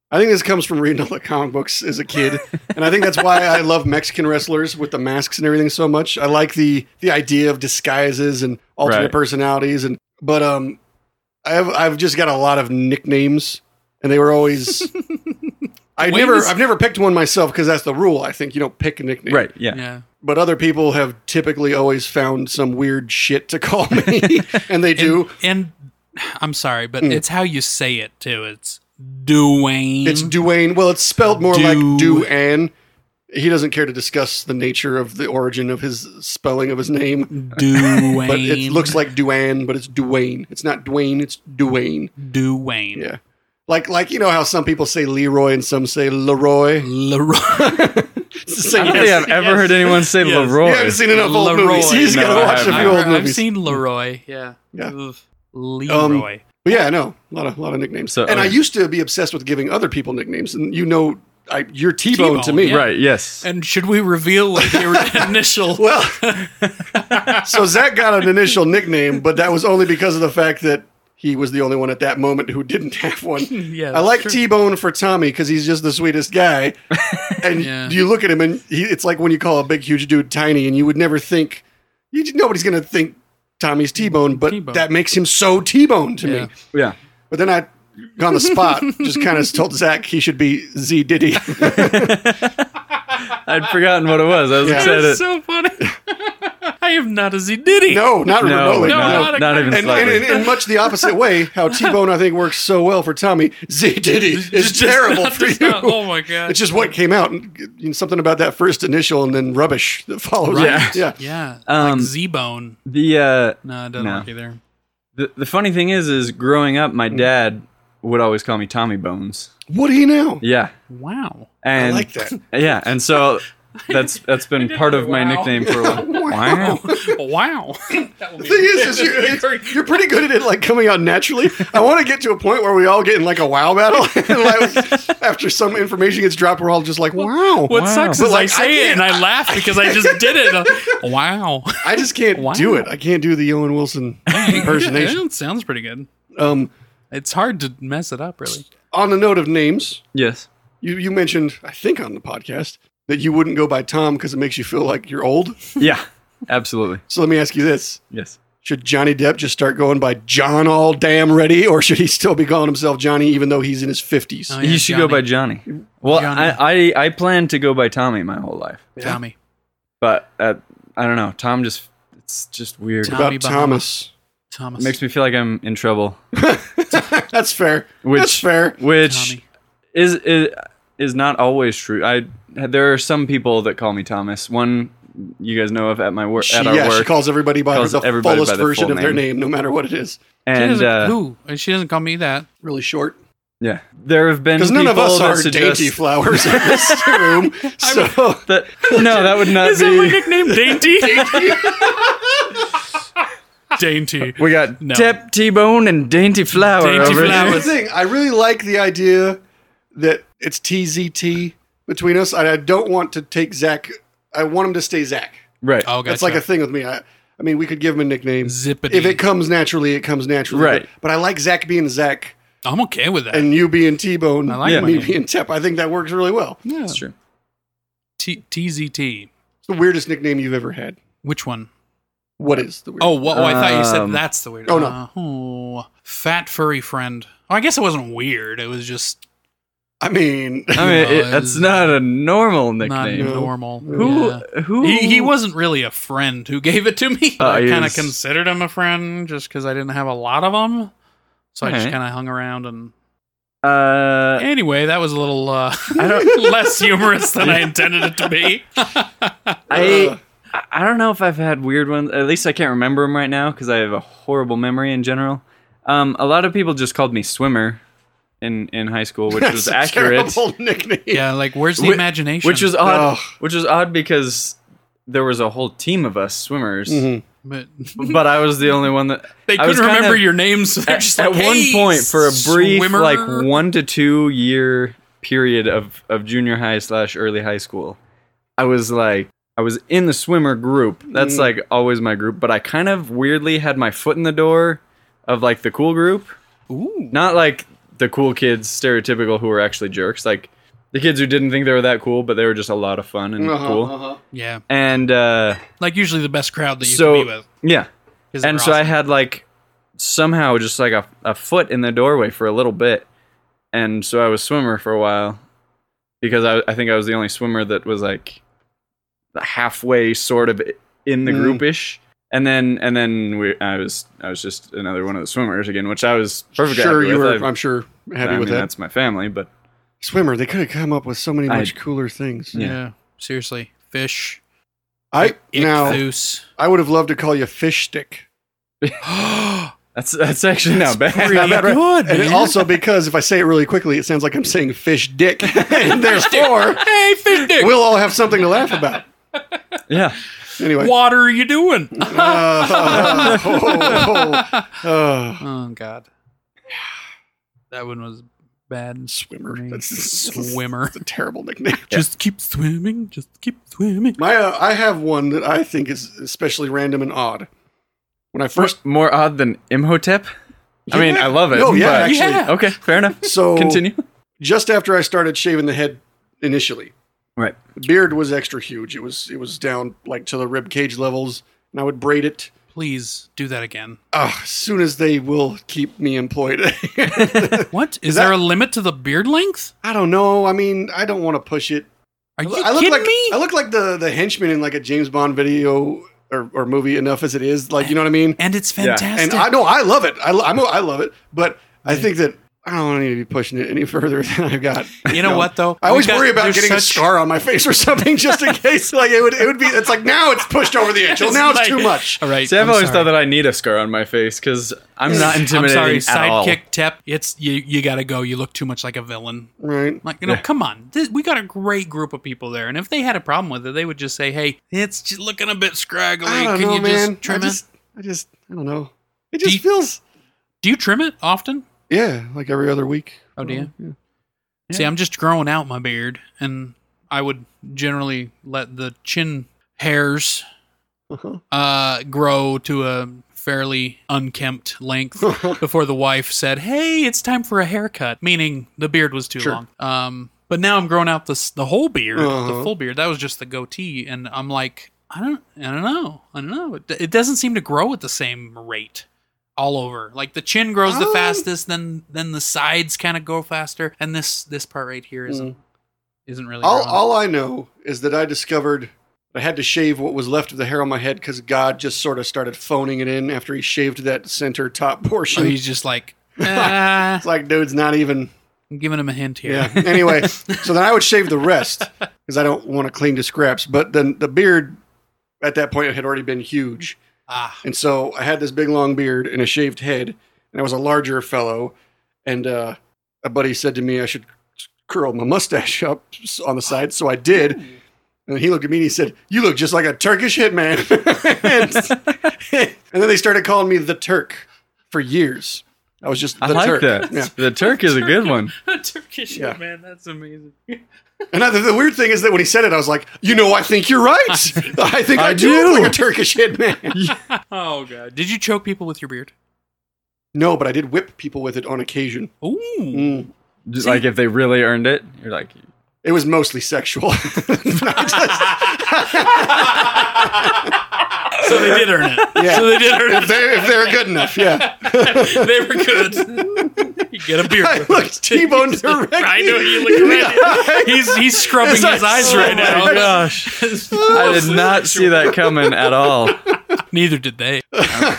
I think this comes from reading all the comic books as a kid, and I think that's why I love Mexican wrestlers with the masks and everything so much. I like the the idea of disguises and alternate
Right.
personalities, and but um, I've I've just got a lot of nicknames, and they were always. I
Dwayne
never,
is-
I've never picked one myself because that's the rule. I think you don't pick a nickname,
Right. Yeah.
Yeah.
but other people have typically always found some weird shit to call me, and they do.
And I'm sorry,
Hmm.
but it's how you say it too. It's Dwayne.
It's <laughs> Duane. Well, it's spelled more
Du-
like Duane. He doesn't care to discuss the nature of the origin of his spelling of his name,
Dwayne.
but it looks like Duane, but it's Duane. It's not Dwayne. It's Duane.
Dwayne.
Yeah, like like you know how some people say Leroy and some say Leroy. <laughs>
Leroy.
Say
I don't
yes.
think I've ever heard anyone say
Yes.
Leroy.
You haven't seen enough old movies. You just
No,
gotta
I
watch a
haven't.
few old
I've
movies.
seen Leroy. Yeah.
Yeah. Um,
Ugh. Leroy.
But yeah, I know a lot of a lot of nicknames.
So,
and I
okay.
used to be obsessed with giving other people nicknames, and you know, I, you're T-Bone, to
T-Bone,
me,
yeah.
Right. Yes.
and should we reveal what
<laughs>
your initial?
Well, <laughs> so Zach got an initial nickname, but that was only because of the fact that he was the only one at that moment who didn't have one.
<laughs> Yeah,
I like
sure.
T-Bone for Tommy because he's just the
<laughs>
sweetest guy, and
Yeah.
you look at him and he, it's like when you call a big huge dude tiny, and you would never think you nobody's gonna think Tommy's T-Bone, but
T-Bone.
that makes him so T-Bone to
Yeah.
me.
yeah.
But then I, on the
<laughs>
spot, just kind of told Zach he should be Z Diddy.
I'd forgotten what it was. I was
Yeah.
<laughs>
excited.
That's so funny. <laughs> I am not a Z Diddy.
no, not
no,
remotely.
no,
No,
not,
not a-
not even
And,
slightly.
and, and in much the opposite way,
<laughs>
how T Bone I think works so well for Tommy, Z Diddy is
Just
terrible
not-
for you.
just not- oh my god.
It's just what came out, and you know, something about that first initial, and then rubbish that follows. it.
Right.
Yeah,
yeah.
Um,
like Z Bone.
the uh,
No, it doesn't
no.
work either.
the the funny thing is, is growing up, my dad would always call me Tommy Bones.
What do you know?
Yeah.
Wow. <laughs>
And
like that.
Yeah. And so that's that's been part of my
wow.
nickname for a while. wow.
wow. <laughs>
The thing is, is you're, it's- you're pretty good at it, like coming out naturally. I want to get to a point where we all get in like a wow battle, <laughs> and like, after some information gets dropped, we're all just like, wow.
What
Wow.
sucks
But,
is I
like, I
say it
can't-
and I laugh because I just did it. Uh, <laughs> wow.
I just can't
Wow.
do it. I can't do the
<laughs>
Owen Wilson impersonation.
Yeah, <laughs> it sounds pretty good.
Um,
It's hard to mess it up, really.
on the note of names,
Yes.
you, you mentioned, I think on the podcast, that you wouldn't go by Tom because it makes you feel like you're old.
Yeah. Absolutely.
So let me ask you this.
Yes.
Should Johnny Depp just start going by John all damn ready, or should he still be calling himself Johnny even though he's in his 50s?
Oh,
You
yeah,
should go by Johnny. Well, I, I I planned to go by Tommy my whole life,
Tommy.
but uh, I don't know. Tom just it's just weird.
Tom-
About
Tommy Bahama.
Thomas.
Thomas.
It makes me feel like I'm in trouble,
That's fair.
Which-
That's fair.
which
Tommy.
is, is is not always true. I there are some people that call me Thomas. One you guys know of at my work
She,
at our
yeah, she
work,
calls everybody by
calls
the
everybody
fullest
by the
version
full
of their
name.
name, no matter what it is.
She
and
doesn't-
uh,
who? She doesn't call me that.
Really short.
yeah, there have been
Because none of
people
us
that
are
suggest
dainty flowers in
<laughs>
this room. So
that <laughs> no, that would not
Is that my
be.
nickname? Dainty. <laughs> Dainty.
We got
No.
Tep T Bone and Dainty Flower.
Dainty
over here.
Flower.
Here's the thing. I really like the idea that it's TZT between us. I, I don't want to take Zach. I want him to stay Zach.
<laughs> Right.
Oh, gotcha.
That's like a thing with me. I, I mean, we could give him a nickname.
Zippity.
If it comes naturally, it comes naturally.
Right.
But, but I like Zach being Zach
I'm okay with that.
and you being T Bone
I like
Yeah.
and
my
me
name.
being Tep. I think that works really well.
Yeah.
That's true.
T- TZT.
the weirdest nickname you've ever had?
Which one?
What is the weirdest?
Oh, whoa, I thought you said
Um,
that's the weird.
oh, no.
Uh, oh, fat furry friend. Oh, I guess it wasn't weird. It was just
I mean,
I
No,
mean, Oh. <laughs> it, that's not a normal
not
nickname.
normal.
Who?
Yeah.
Who?
He, he wasn't really a friend who gave it to me.
Uh,
I
he
kind of
was-
considered him a friend just because I didn't have a lot of them. So I just
Alright.
kind of hung around and.
Uh,
Anyway, that was a little uh,
I don't.
<laughs> less humorous than I intended it to
<laughs>
be.
I. I- I don't know if I've had weird ones. At least I can't remember them right now because I have a horrible memory in general. Um, a lot of people just called me swimmer in in high school, which
that's
was
a
accurate.
terrible nickname.
yeah, like where's the
Whi-
imagination?
<laughs> Which was odd.
Ugh.
Which was odd because there was a whole team of us swimmers,
Mm-hmm.
but <laughs>
but I was the only one that
they
I was
couldn't remember
kinda-
your names. So they're
at,
just
at
like,
one
"Hey,
point for a brief
swimmer."
like one to two year period of, of junior high slash early high school i was like i was in the swimmer group that's
Mm.
like always my group but i kind of weirdly had my foot in the door of like the cool group
Ooh.
not like the cool kids stereotypical who were actually jerks like the kids who didn't think they were that cool but they were just a lot of fun and
Uh-huh,
cool
uh-huh.
Yeah,
and uh
like usually the best crowd that you
So-
can be with.
yeah
'cause they're
and so I
awesome.
had like somehow just like a, a foot in the doorway for a little bit. And so I was swimmer for a while because I, I think I was the only swimmer that was like halfway sort of in the
Mm.
groupish. And then and then we I was I was just another one of the swimmers again, which I was perfectly
Sure,
happy
you
with.
were.
I,
I'm sure happy
I
with
mean,
that.
That's my family, but
Swimmer. They could have come up with so many
I-
much cooler things.
Yeah.
yeah, seriously, fish,
I now
<laughs>
ichthus.
I would have loved to call you Fish Stick,
that's that's actually not bad.
pretty
Not bad,
<laughs>
right?
good,
and it
man.
also because if I say it really quickly, it sounds like I'm saying Fish
<laughs>
Dick, and therefore
hey, fish dick,
we'll all have something to laugh about.
<laughs> Yeah.
<laughs> Anyway,
what are you doing?
uh, oh, oh,
<laughs>
uh,
oh God, that one was bad.
swimmer.
Swimmer,
That's,
swimmer.
That's a terrible nickname.
Just keep swimming. Just keep swimming.
My, uh, I have one that I think is especially random and odd. When I first,
First more odd than Imhotep. I mean, I love it.
Oh, yeah,
but-
actually.
Yeah.
Okay, fair enough.
So-
continue.
just after I started shaving the head initially,
Right.
the beard was extra huge. It was it was down like to the rib cage levels, and I would braid it.
Please do that again.
Ah, as soon as they will keep me employed. <laughs>
What is
that-
there a limit to the beard length?
I don't know. I mean, I don't want to push it.
Are you
I look
kidding
like
me?
I look like the the henchman in like a James Bond video or, or movie. Enough as it is, like you know what I mean.
and it's
Yeah.
fantastic.
And I know I love it. I lo- I'm, I love it, but I think that I don't need to be pushing it any further <laughs> than I've got.
you know what though?
I always
We've got-
worry about
there's
getting a
such-
scar on my face or something
<laughs>
just in case. Like it would, it would be. It's like now it's pushed over the edge. Well, now it's
like-
too much.
All right.
See, I've
I'm
always
sorry.
thought that I need a scar on my face because I'm not intimidating
<laughs> I'm sorry,
at all.
sidekick Tep. It's you. You gotta go. You look too much like a villain.
Right.
Like you know, come on. This, we got a great group of people there, and if they had a problem with it, they would just say, "Hey, it's just looking a bit scraggly.
I don't
Can
know,
you
man.
just trim
I just,
it?
I just, I don't know. It
Do
just
you-
feels.
Do you trim it often?
Yeah, like every other week.
Oh, do you?
Yeah.
See, I'm just growing out my beard, and I would generally let the chin hairs <laughs>
Uh-huh.
uh, grow to a fairly unkempt length before the wife said, "Hey, it's time for a haircut," meaning the beard was too
Sure.
long. Um, but now I'm growing out this the whole beard, the
Uh-huh.
full beard. That was just the goatee, and I'm like, I don't, I don't know, I don't know. It, it doesn't seem to grow at the same rate all over. Like the chin grows the
Um,
fastest, then then the sides kind of go faster, and this this part right here isn't
mm.
isn't really.
<laughs> All,
growing.
all I know is that I discovered I had to shave what was left of the hair on my head because God just sort of started phoning it in after he shaved that center top <laughs>
so
portion.
he's just like,
<laughs>
"Ah,"
it's like, dude's not even.
I'm giving him a hint here.
Yeah. Anyway, so then I would shave the rest because I don't want to cling to scraps. But then the beard at that point had already been huge.
<laughs> Ah,
And so I had this big long beard and a shaved head, and I was a larger fellow. And uh, a buddy said to me I should curl my mustache up s- on the side, so I did. And he looked at me and he said, "You look just like a Turkish hitman." <laughs>
<laughs>
and, and then they started calling me the Turk for years. I was just the
I like
Turk.
that.
Yeah.
The Turk is a good one.
<laughs> Turkish
Yeah.
man, that's amazing.
And I, the, the weird thing is that when he said it, I was like, "You know, I think you're
<laughs>
right. I think I,
I
do look
do.
like a Turkish hitman."
<laughs>
Oh god. Did you choke people with your
<laughs>
beard?
no, but I did whip people with it on occasion.
Ooh.
Mm.
Just like if they really earned it, you're like,
It was mostly sexual. <laughs>
So they did earn it.
Yeah.
So they did earn
if, they're, if they're good enough, <laughs> yeah.
it. They were good. You get a beer.
I
with
looked
it.
<laughs> T-Bone directly.
I know you look at me. He's he's scrubbing his
It's like,
eyes
oh
right
my
<laughs>
now.
gosh.
<laughs>
I did not see that coming
<laughs>
at all.
Neither did they.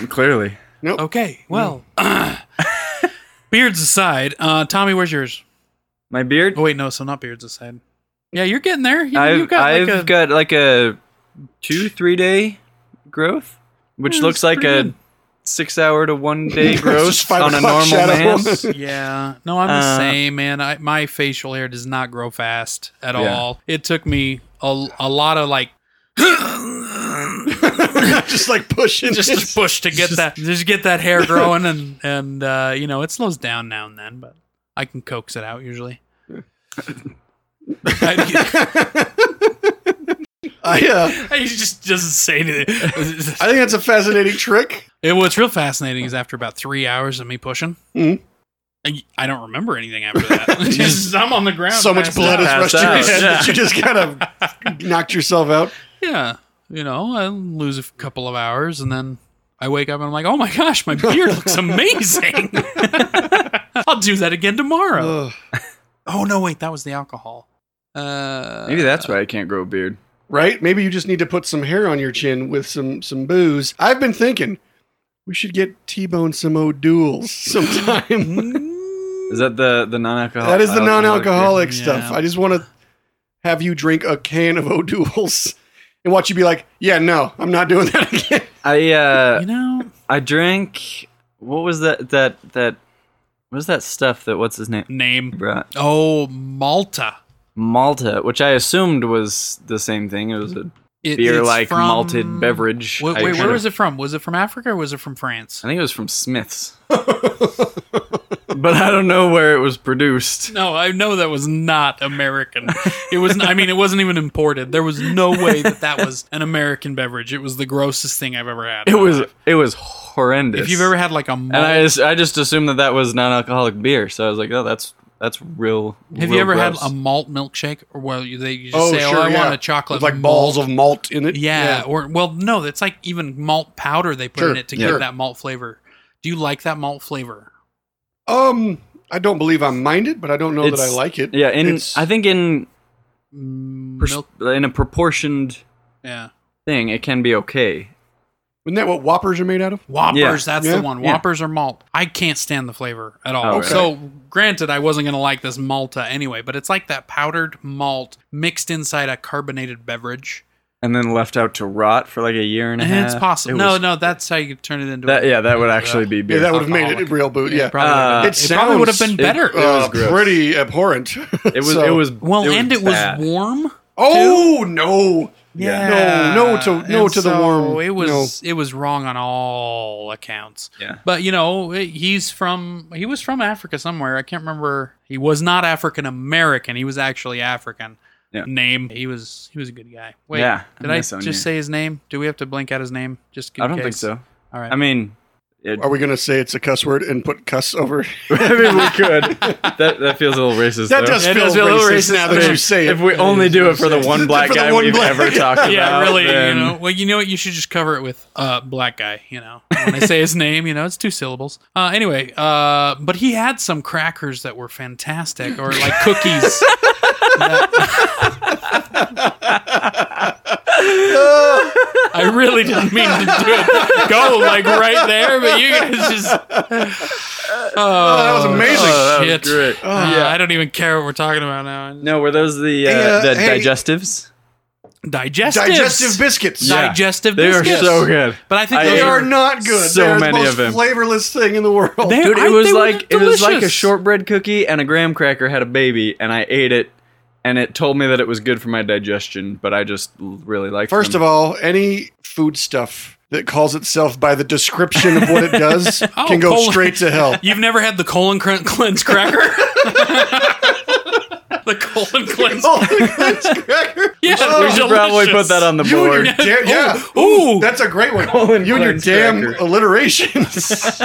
Clearly.
Okay. Well,
Mm.
<clears throat> beards aside, uh, Tommy, where's yours?
My beard?
Oh wait, no. So not beards aside. Yeah, you're getting there. You,
I've,
you've got
I've
like a
got like a two, three day growth, which
Yeah,
looks
that's
like
pretty
a
good.
six hour to one
<laughs>
day
Just
growth
five
on a
o'clock
normal
shadow.
man.
<laughs>
yeah. No, I'm the
Uh,
same, man. I, my facial hair does not grow fast at
Yeah.
all. It took me a, a lot of like
<laughs> just like pushing.
just
it.
to push to get that just get that <laughs> hair growing and and uh, you know it slows down now and then, but I can coax it out <laughs> usually. I,
I, uh,
I just doesn't say anything.
I think that's a fascinating trick.
It, what's real fascinating is after about three hours of me pushing,
Mhm.
I, I don't remember anything after <laughs> that. Just- I'm on the ground.
So much
passed
blood
out.
has rushed
Passed
to your head
out, yeah.
that you just kind of knocked yourself out.
Yeah, you know, I lose a couple of hours and then I wake up and I'm like, oh my gosh, my beard looks amazing. <laughs> I'll do that again tomorrow.
Ugh.
oh no, wait, that was the alcohol. Uh,
Maybe that's why I can't grow a beard.
right? Maybe you just need to put some hair on your chin with some some booze. I've been thinking we should get T-Bone some O'Douls
<laughs>
sometime.
Is that the, the non
Oh,
alcoholic?
that is the non-alcoholic
Yeah.
stuff. I just want to have you drink a can of <laughs> O'Douls and watch you be like, "Yeah, no, I'm not doing that <laughs> again."
I, uh,
you know,
I drank. What was that? That that. What was that stuff that? What's his name?
name.
Brought
Oh, Malta.
Malta, which I assumed was the same thing. It was a
It-
beer
it's
like
from-
malted beverage.
Wait,
I
wait
kind
where
of-
was it from? Was it from Africa or was it from France?
I think it was
<laughs>
from Smith's, but I don't know where it was produced.
No, I know that was not American. It was. I mean, it wasn't even imported. There was no way that that was an American beverage. It was the grossest thing I've ever had.
It was it was horrendous.
If you've ever had like a
and I
malt,
just, I just assumed that that was non-alcoholic beer, so I was like, oh, that's that's real.
have you ever had a malt milkshake? Or well, you, they you just say, "Oh, I want a chocolate
With like
malt.
balls of malt in it.
yeah, Or well, no, it's like even malt powder they put
Sure,
in it to
yeah.
give that malt flavor. Do you like that malt flavor?
Um, I don't believe I mind it, but I don't know that I
It's-
like it.
Yeah, in
It's-
I think in
Mm,
pers-
milk,
in a proportioned
yeah.
thing, it can be okay.
Isn't that what Whoppers are made out of?
Whoppers,
Yeah.
that's
Yeah.
the one.
Yeah.
Whoppers are malt. I can't stand the flavor at all.
Oh, Okay.
So, granted, I wasn't going to like this Malta anyway, but it's like that powdered malt mixed inside a carbonated beverage.
And then left out to rot for like a year and a half.
it's possible.
Uh-huh. It
no,
was-
no, that's how you turn it into.
That, yeah, that would
Yeah.
actually be
Yeah,
beer.
that would have made it
Alcoholic.
real boot. Yeah,
probably
Uh,
would've-
it
it, probably
sounds-
would have been
it-
better.
uh, was
Uh,
gross.
pretty abhorrent.
<laughs> it was.
So-
it was.
well,
was
and it
bad.
was warm.
Oh no! Oh, No, no to- no
Uh, And
to the
so
warm.
It was it was wrong on all accounts.
Yeah.
But you know, he's from he was from Africa somewhere. I can't remember. He was not African American. He was actually African.
Yeah.
Name. He was he was a good guy. Wait.
Yeah, I
Did I
miss on
just
you.
say his name? Do we have to blink out his name? Just in
I don't
case?
think so.
All right.
I mean, <laughs> it,
Are we gonna say it's a cuss word and put cuss over?
I mean, we could. That that feels a little racist.
That
though.
does feel racist now that
If-
you say it.
If we only do it for the one black
For the
guy
one
we've
black
ever
guy.
talked
<laughs>
about,
yeah, really.
then-
You know, well, you know what? You should just cover it with uh, black guy. You know, when I say his <laughs> name, you know, it's two syllables. Uh, anyway, uh, but he had some crackers that were fantastic, or
<laughs>
like cookies. I really didn't mean to do it. Go like right there, but you guys just. Oh,
that was amazing.
<laughs> Oh, that
shit.
was great.
Uh,
Yeah.
I don't even care what we're talking about now.
No, were those the uh,
Hey, uh,
the
hey.
digestives?
Digestive.
Digestive biscuits.
Yeah.
Digestive
They are
biscuits.
so good.
But I think
I
those
They
ate
are
are not good.
So
They're the
many
most
of them.
flavorless thing in the world.
They-
Dude,
I-
it was
they were
like it was like a
delicious.
shortbread cookie and a graham cracker had a baby, and I ate it, and it told me that it was good for my digestion, but I just l- really liked.
First of all, any foodstuff that calls itself by the description of what it
<laughs>
does
Oh,
can go
colon-
straight to hell. <laughs>
You've never had the colon cr- cleanse cracker? the colon
<laughs>
cleanse.
Oh, that's cracker.
<laughs>
yeah,
all, we should probably put that on the
You and
board.
Oh, your da- yeah,
Ooh,
that's a great one.
Colon
you and your
cleanse
damn
cracker.
<laughs>
<laughs>
alliterations.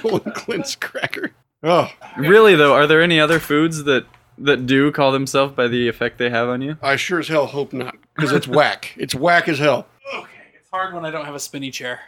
Colon cleanse cracker. Oh,
Really though, are there any other foods that that do call themselves by the effect they have on you?
I sure as hell hope not, because it's whack. It's whack as hell.
Okay, it's hard when I don't have a spinny chair.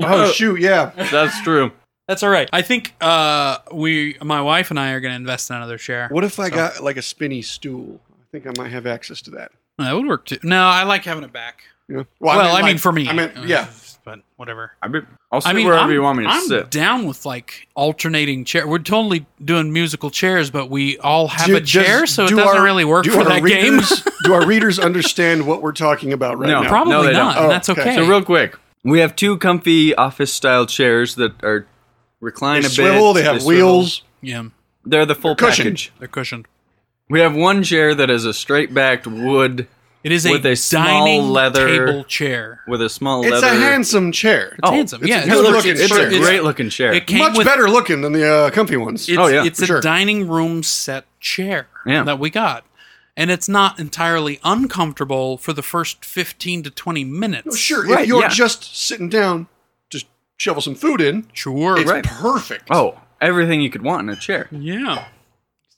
Oh shoot, yeah.
That's true.
That's all right. I think uh, we, my wife and I, are going to invest in another chair.
What if I got like a spinny stool? I think I might have access to that.
That would work too. No, I like having it back.
You know?
well, I mean,
like-
for me.
I mean,
Uh,
yeah.
but whatever.
I mean, I'll sit
I mean,
wherever
I'm,
you want me to
I'm
sit.
down with like alternating chair. We're totally doing musical chairs, but we all have
Do-
a chair,
does-
so it
do
doesn't
our-
really work
do
for
our
that game. <laughs>
readers, do our readers understand what we're talking about right
No.
now?
Probably
they don't.
not. and
Oh,
that's
okay.
okay.
So real quick, we have two comfy office style chairs that are recline
They
a bit.
swivel. They have
swivel.
wheels.
yeah,
They're the full
cushioned.
package.
they're cushioned.
We have one chair that is a straight backed wood
It is
With
a,
a small
dining
leather-
table chair.
with a small
It's
leather.
a handsome chair.
Oh,
handsome.
it's
yeah,
a good
looks-
looking
it's
chair.
a great looking chair.
It came
Much
with
better looking than the uh, comfy ones.
It's,
Oh, yeah,
it's
for
a
sure.
dining room set chair
Yeah.
that we got. And it's not entirely uncomfortable for the first 15 to 20 minutes.
Oh, sure,
Right,
if you're
yeah.
just sitting down, just shovel some food in.
Sure.
It's
Right.
perfect.
oh, everything you could want in a chair.
Yeah.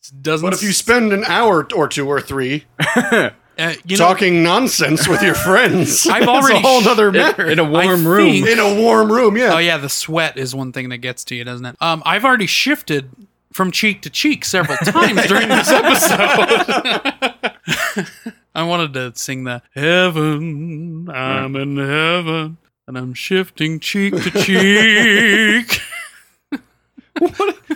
It doesn't.
But if you spend an hour or two or three
uh, you know,
talking nonsense with your friends,
I've
it's
already
a whole other
sh- <laughs>
matter.
In a warm
I
room.
<laughs> think-
In a warm room, yeah.
Oh yeah, the sweat is one thing that gets to you, doesn't it? Um, I've already shifted from cheek to cheek
<laughs>
several times during this episode. <laughs> I wanted to sing the heaven, I'm in heaven, and I'm shifting cheek to
<laughs>
cheek.
Where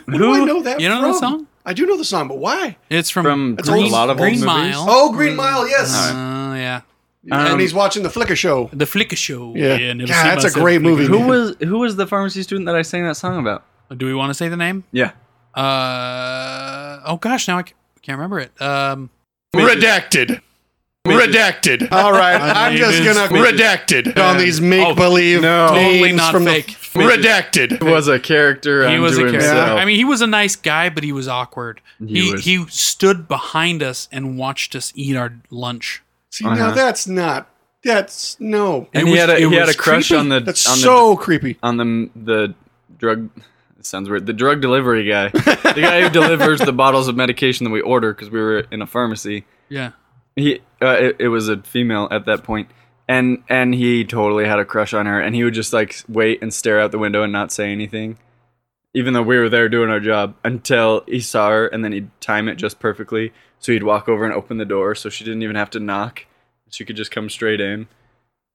do I know that?
You know
from?
that song?
I do know the song, but why?
It's from,
From
Green,
a lot of
Green
old movies.
Mile.
Oh, Green Mile, yes.
Uh, yeah,
and he's watching the Flicker show.
the Flicker Show.
Yeah,
never seen
God, that's a
myself
great
Flicker
movie.
Who was who was the pharmacy student that I sang that song about?
Show. Do we want to say the name?
Yeah.
Uh, oh gosh, now I c- can't remember it. Um, <laughs>
Redacted. Redacted. All right, I'm
name
just
is
gonna
Fidget.
redacted on these make believe
no.
Totally
names
not
from the-
fake.
redacted.
He was a character.
he
unto
was a character.
himself.
I mean, he was a nice guy, but he was awkward. He
He
he,
was-
stood behind us and watched us eat our lunch.
See, now that's not. That's no.
and
It
he
was-
had a,
it
he had a
was
crush
creepy.
on the
That's
on the
so creepy.
on the the drug it sounds weird the drug delivery guy the guy who delivers the bottles of medication that we order because we were in a pharmacy
Yeah.
he uh, it, it was a female at that point and and he totally had a crush on her and he would just like wait and stare out the window and not say anything even though we were there doing our job until he saw her and then he'd time it just perfectly so he'd walk over and open the door so she didn't even have to knock she could just come straight in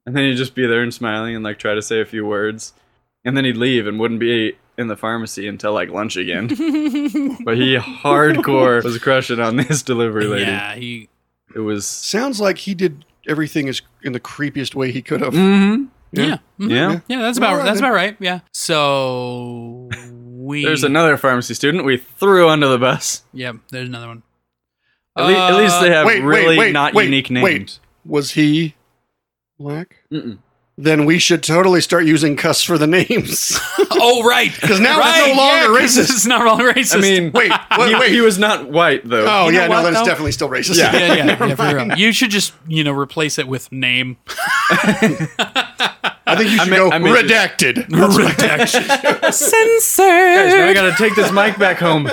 and then he'd just be there and smiling and like try to say a few words and then he'd leave and wouldn't be in the pharmacy until like lunch again but he hardcore was crushing on this delivery lady
Yeah. He.
it was
Sounds like he did everything is in the creepiest way he could have.
Mm-hmm.
Yeah.
Yeah.
Mhm.
Yeah.
Mm-hmm.
Yeah. That's about
All right,
that's
then.
about right. Yeah. So we.
There's another pharmacy student we threw under the bus.
Yeah. There's another one.
At, le- at least they have
Uh, wait, wait,
really
wait,
not
wait,
unique
wait.
names.
Was he black?
Mm-mm.
Then we should totally start using cuss for the names. <laughs>
oh right. <laughs> Because
now it's no longer racist.
It's not longer racist.
I mean,
<laughs> wait,
he,
wait, wait.
he was not white though. <laughs>
oh
You know
yeah, no,
what,
that is
though?
definitely still racist.
Yeah.
<laughs> Yeah, yeah, yeah, for real. You should just, you know, replace it with name.
I think you should go
meant- I meant you-
redacted.
Redaction.
Guys, now I
Censor.
gotta take this mic
<laughs>
back home.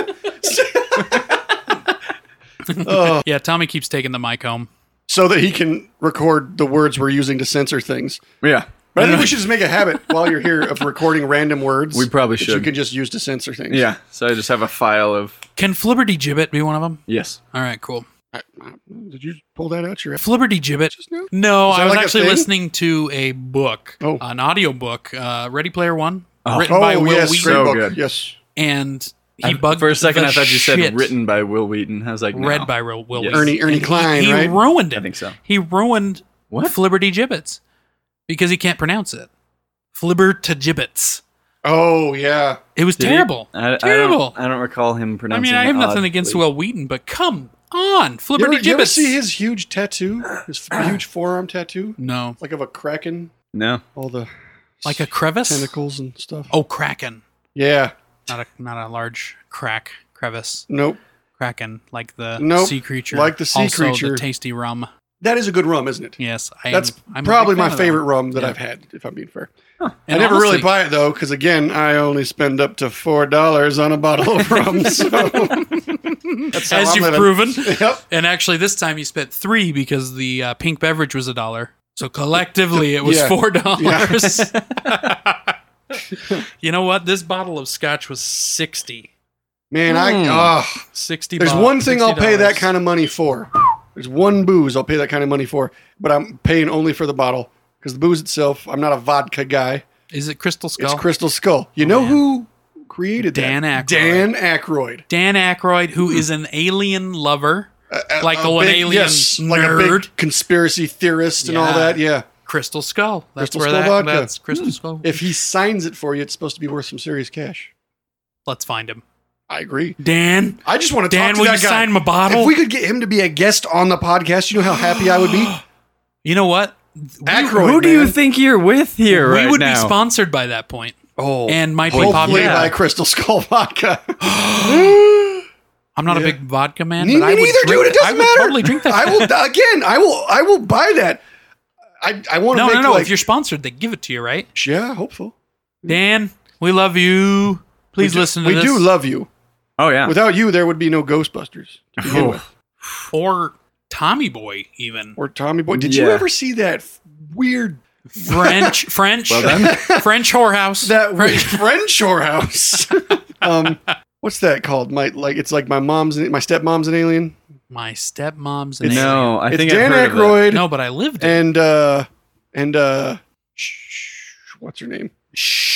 Yeah, Tommy keeps taking the mic home.
so that he can record the words we're using to censor things.
yeah.
But I think we should just make a habit while you're here of recording random words.
We probably
that You
should.
can just use to censor things.
<laughs> Yeah. So I just have a file of
Can Flibberty Gibbet be one of them?
yes.
All right, cool.
I- I- did you pull that out your?
Flibberty Gibbet.
now?
No,
Is that
I was
like a
actually
thing?
listening to a book,
Oh.
an audiobook, uh, Ready Player One, written
Oh
by Will
yes,
Wheaton,
great
So
book.
good.
Yes.
and he bugged
For a second,
the
I thought you said
shit
written by Will Wheaton. I was like, no.
read by Will, Will
Yes.
Wheaton.
Ernie- Ernie
And he-
Klein,
he,
right?
ruined it.
I think so.
He ruined
What?
Flibberty Gibbets because he can't pronounce it. Flibberty Gibbets.
Oh yeah.
It was
Did he?
terrible.
I, I don't-
terrible.
I don't, recall him
I
pronouncing.
mean, I have
it
nothing against
oddly.
Will Wheaton, but come on,
You ever,
Flibberty
you ever
Gibbets.
see his huge tattoo? His <clears throat> f- huge forearm tattoo,
no,
like of a kraken.
No.
All the
like a crevice.
tentacles and stuff.
Oh, kraken.
Yeah.
Not a not a large crack crevice.
Nope.
Kraken, like the
Nope,
sea creature.
like the sea
also
creature.
The tasty rum.
That is a good rum, isn't it?
Yes, I am-
That's
I'm a big
probably
fan
my
of that
favorite
one.
rum that
Yeah.
I've had, if I'm being fair. I
And
never really
honestly-
buy it though, because again, I only spend up to four dollars on a bottle
<laughs>
of rum. So that's how
as
I'm
you've
living.
proven.
<laughs> Yep.
And actually, this time you spent three because the uh, pink beverage was a dollar. So collectively, it was
Yeah.
four
<laughs>
dollars. <laughs> you know what? This bottle of scotch was 60.
Man,
Hmm.
I oh,
60
there's
bottle-
one thing I'll pay that
$60.
kind of money for. There's one booze I'll pay that kind of money for, but I'm paying only for the bottle because the booze itself. I'm not a vodka guy.
Is it Crystal Skull?
It's Crystal Skull. You know who created
oh, Dan
that?
Aykroyd.
Dan Aykroyd.
Dan Aykroyd, who is an alien lover, like the one
Big-
alien
yes,
nerd.
like a big conspiracy theorist and all
Yeah.
that. Yeah.
Crystal Skull. That's
Crystal
where
Skull
that,
vodka. Hmm.
that's Crystal Skull.
If he signs it for you, it's supposed to be worth some serious cash.
Let's find him.
I agree.
Dan,
I just want to
Dan,
talk to
will you
that guy.
sign my bottle?
If we could get him to be a guest on the podcast, you know how happy I would be.
<gasps> you know what? We-
Aykroyd,
Who do you
man.
think you're with here
we
right
would be
now?
sponsored by that point.
Oh,
and might be
hopefully
popular.
by Crystal
<gasps>
Skull Vodka.
I'm not a
Yeah.
big vodka man,
Me
but I would
neither,
drink,
dude. It doesn't
I would
matter.
totally drink that.
I
<laughs>
will again. I will. I will buy that. I. I want
no,
to make
no, no.
like
if you're sponsored, they give it to you, right?
yeah, hopeful.
Dan, we love you. Please listen to
we
this.
do love you.
Oh yeah.
Without you, there would be no Ghostbusters to begin
Oh.
with.
or Tommy Boy, even
Or Tommy Boy. Did you
Yeah.
ever see that f- weird <laughs>
French, French, <laughs> French whorehouse.
that <laughs> weird friend shore house? <laughs> um, what's that called? My like it's like my mom's an- my stepmom's an alien.
My stepmom's name.
No, I
it's
think
Dan
I've heard Of
Aykroyd
no, but I lived in
and uh and uh sh- what's her name?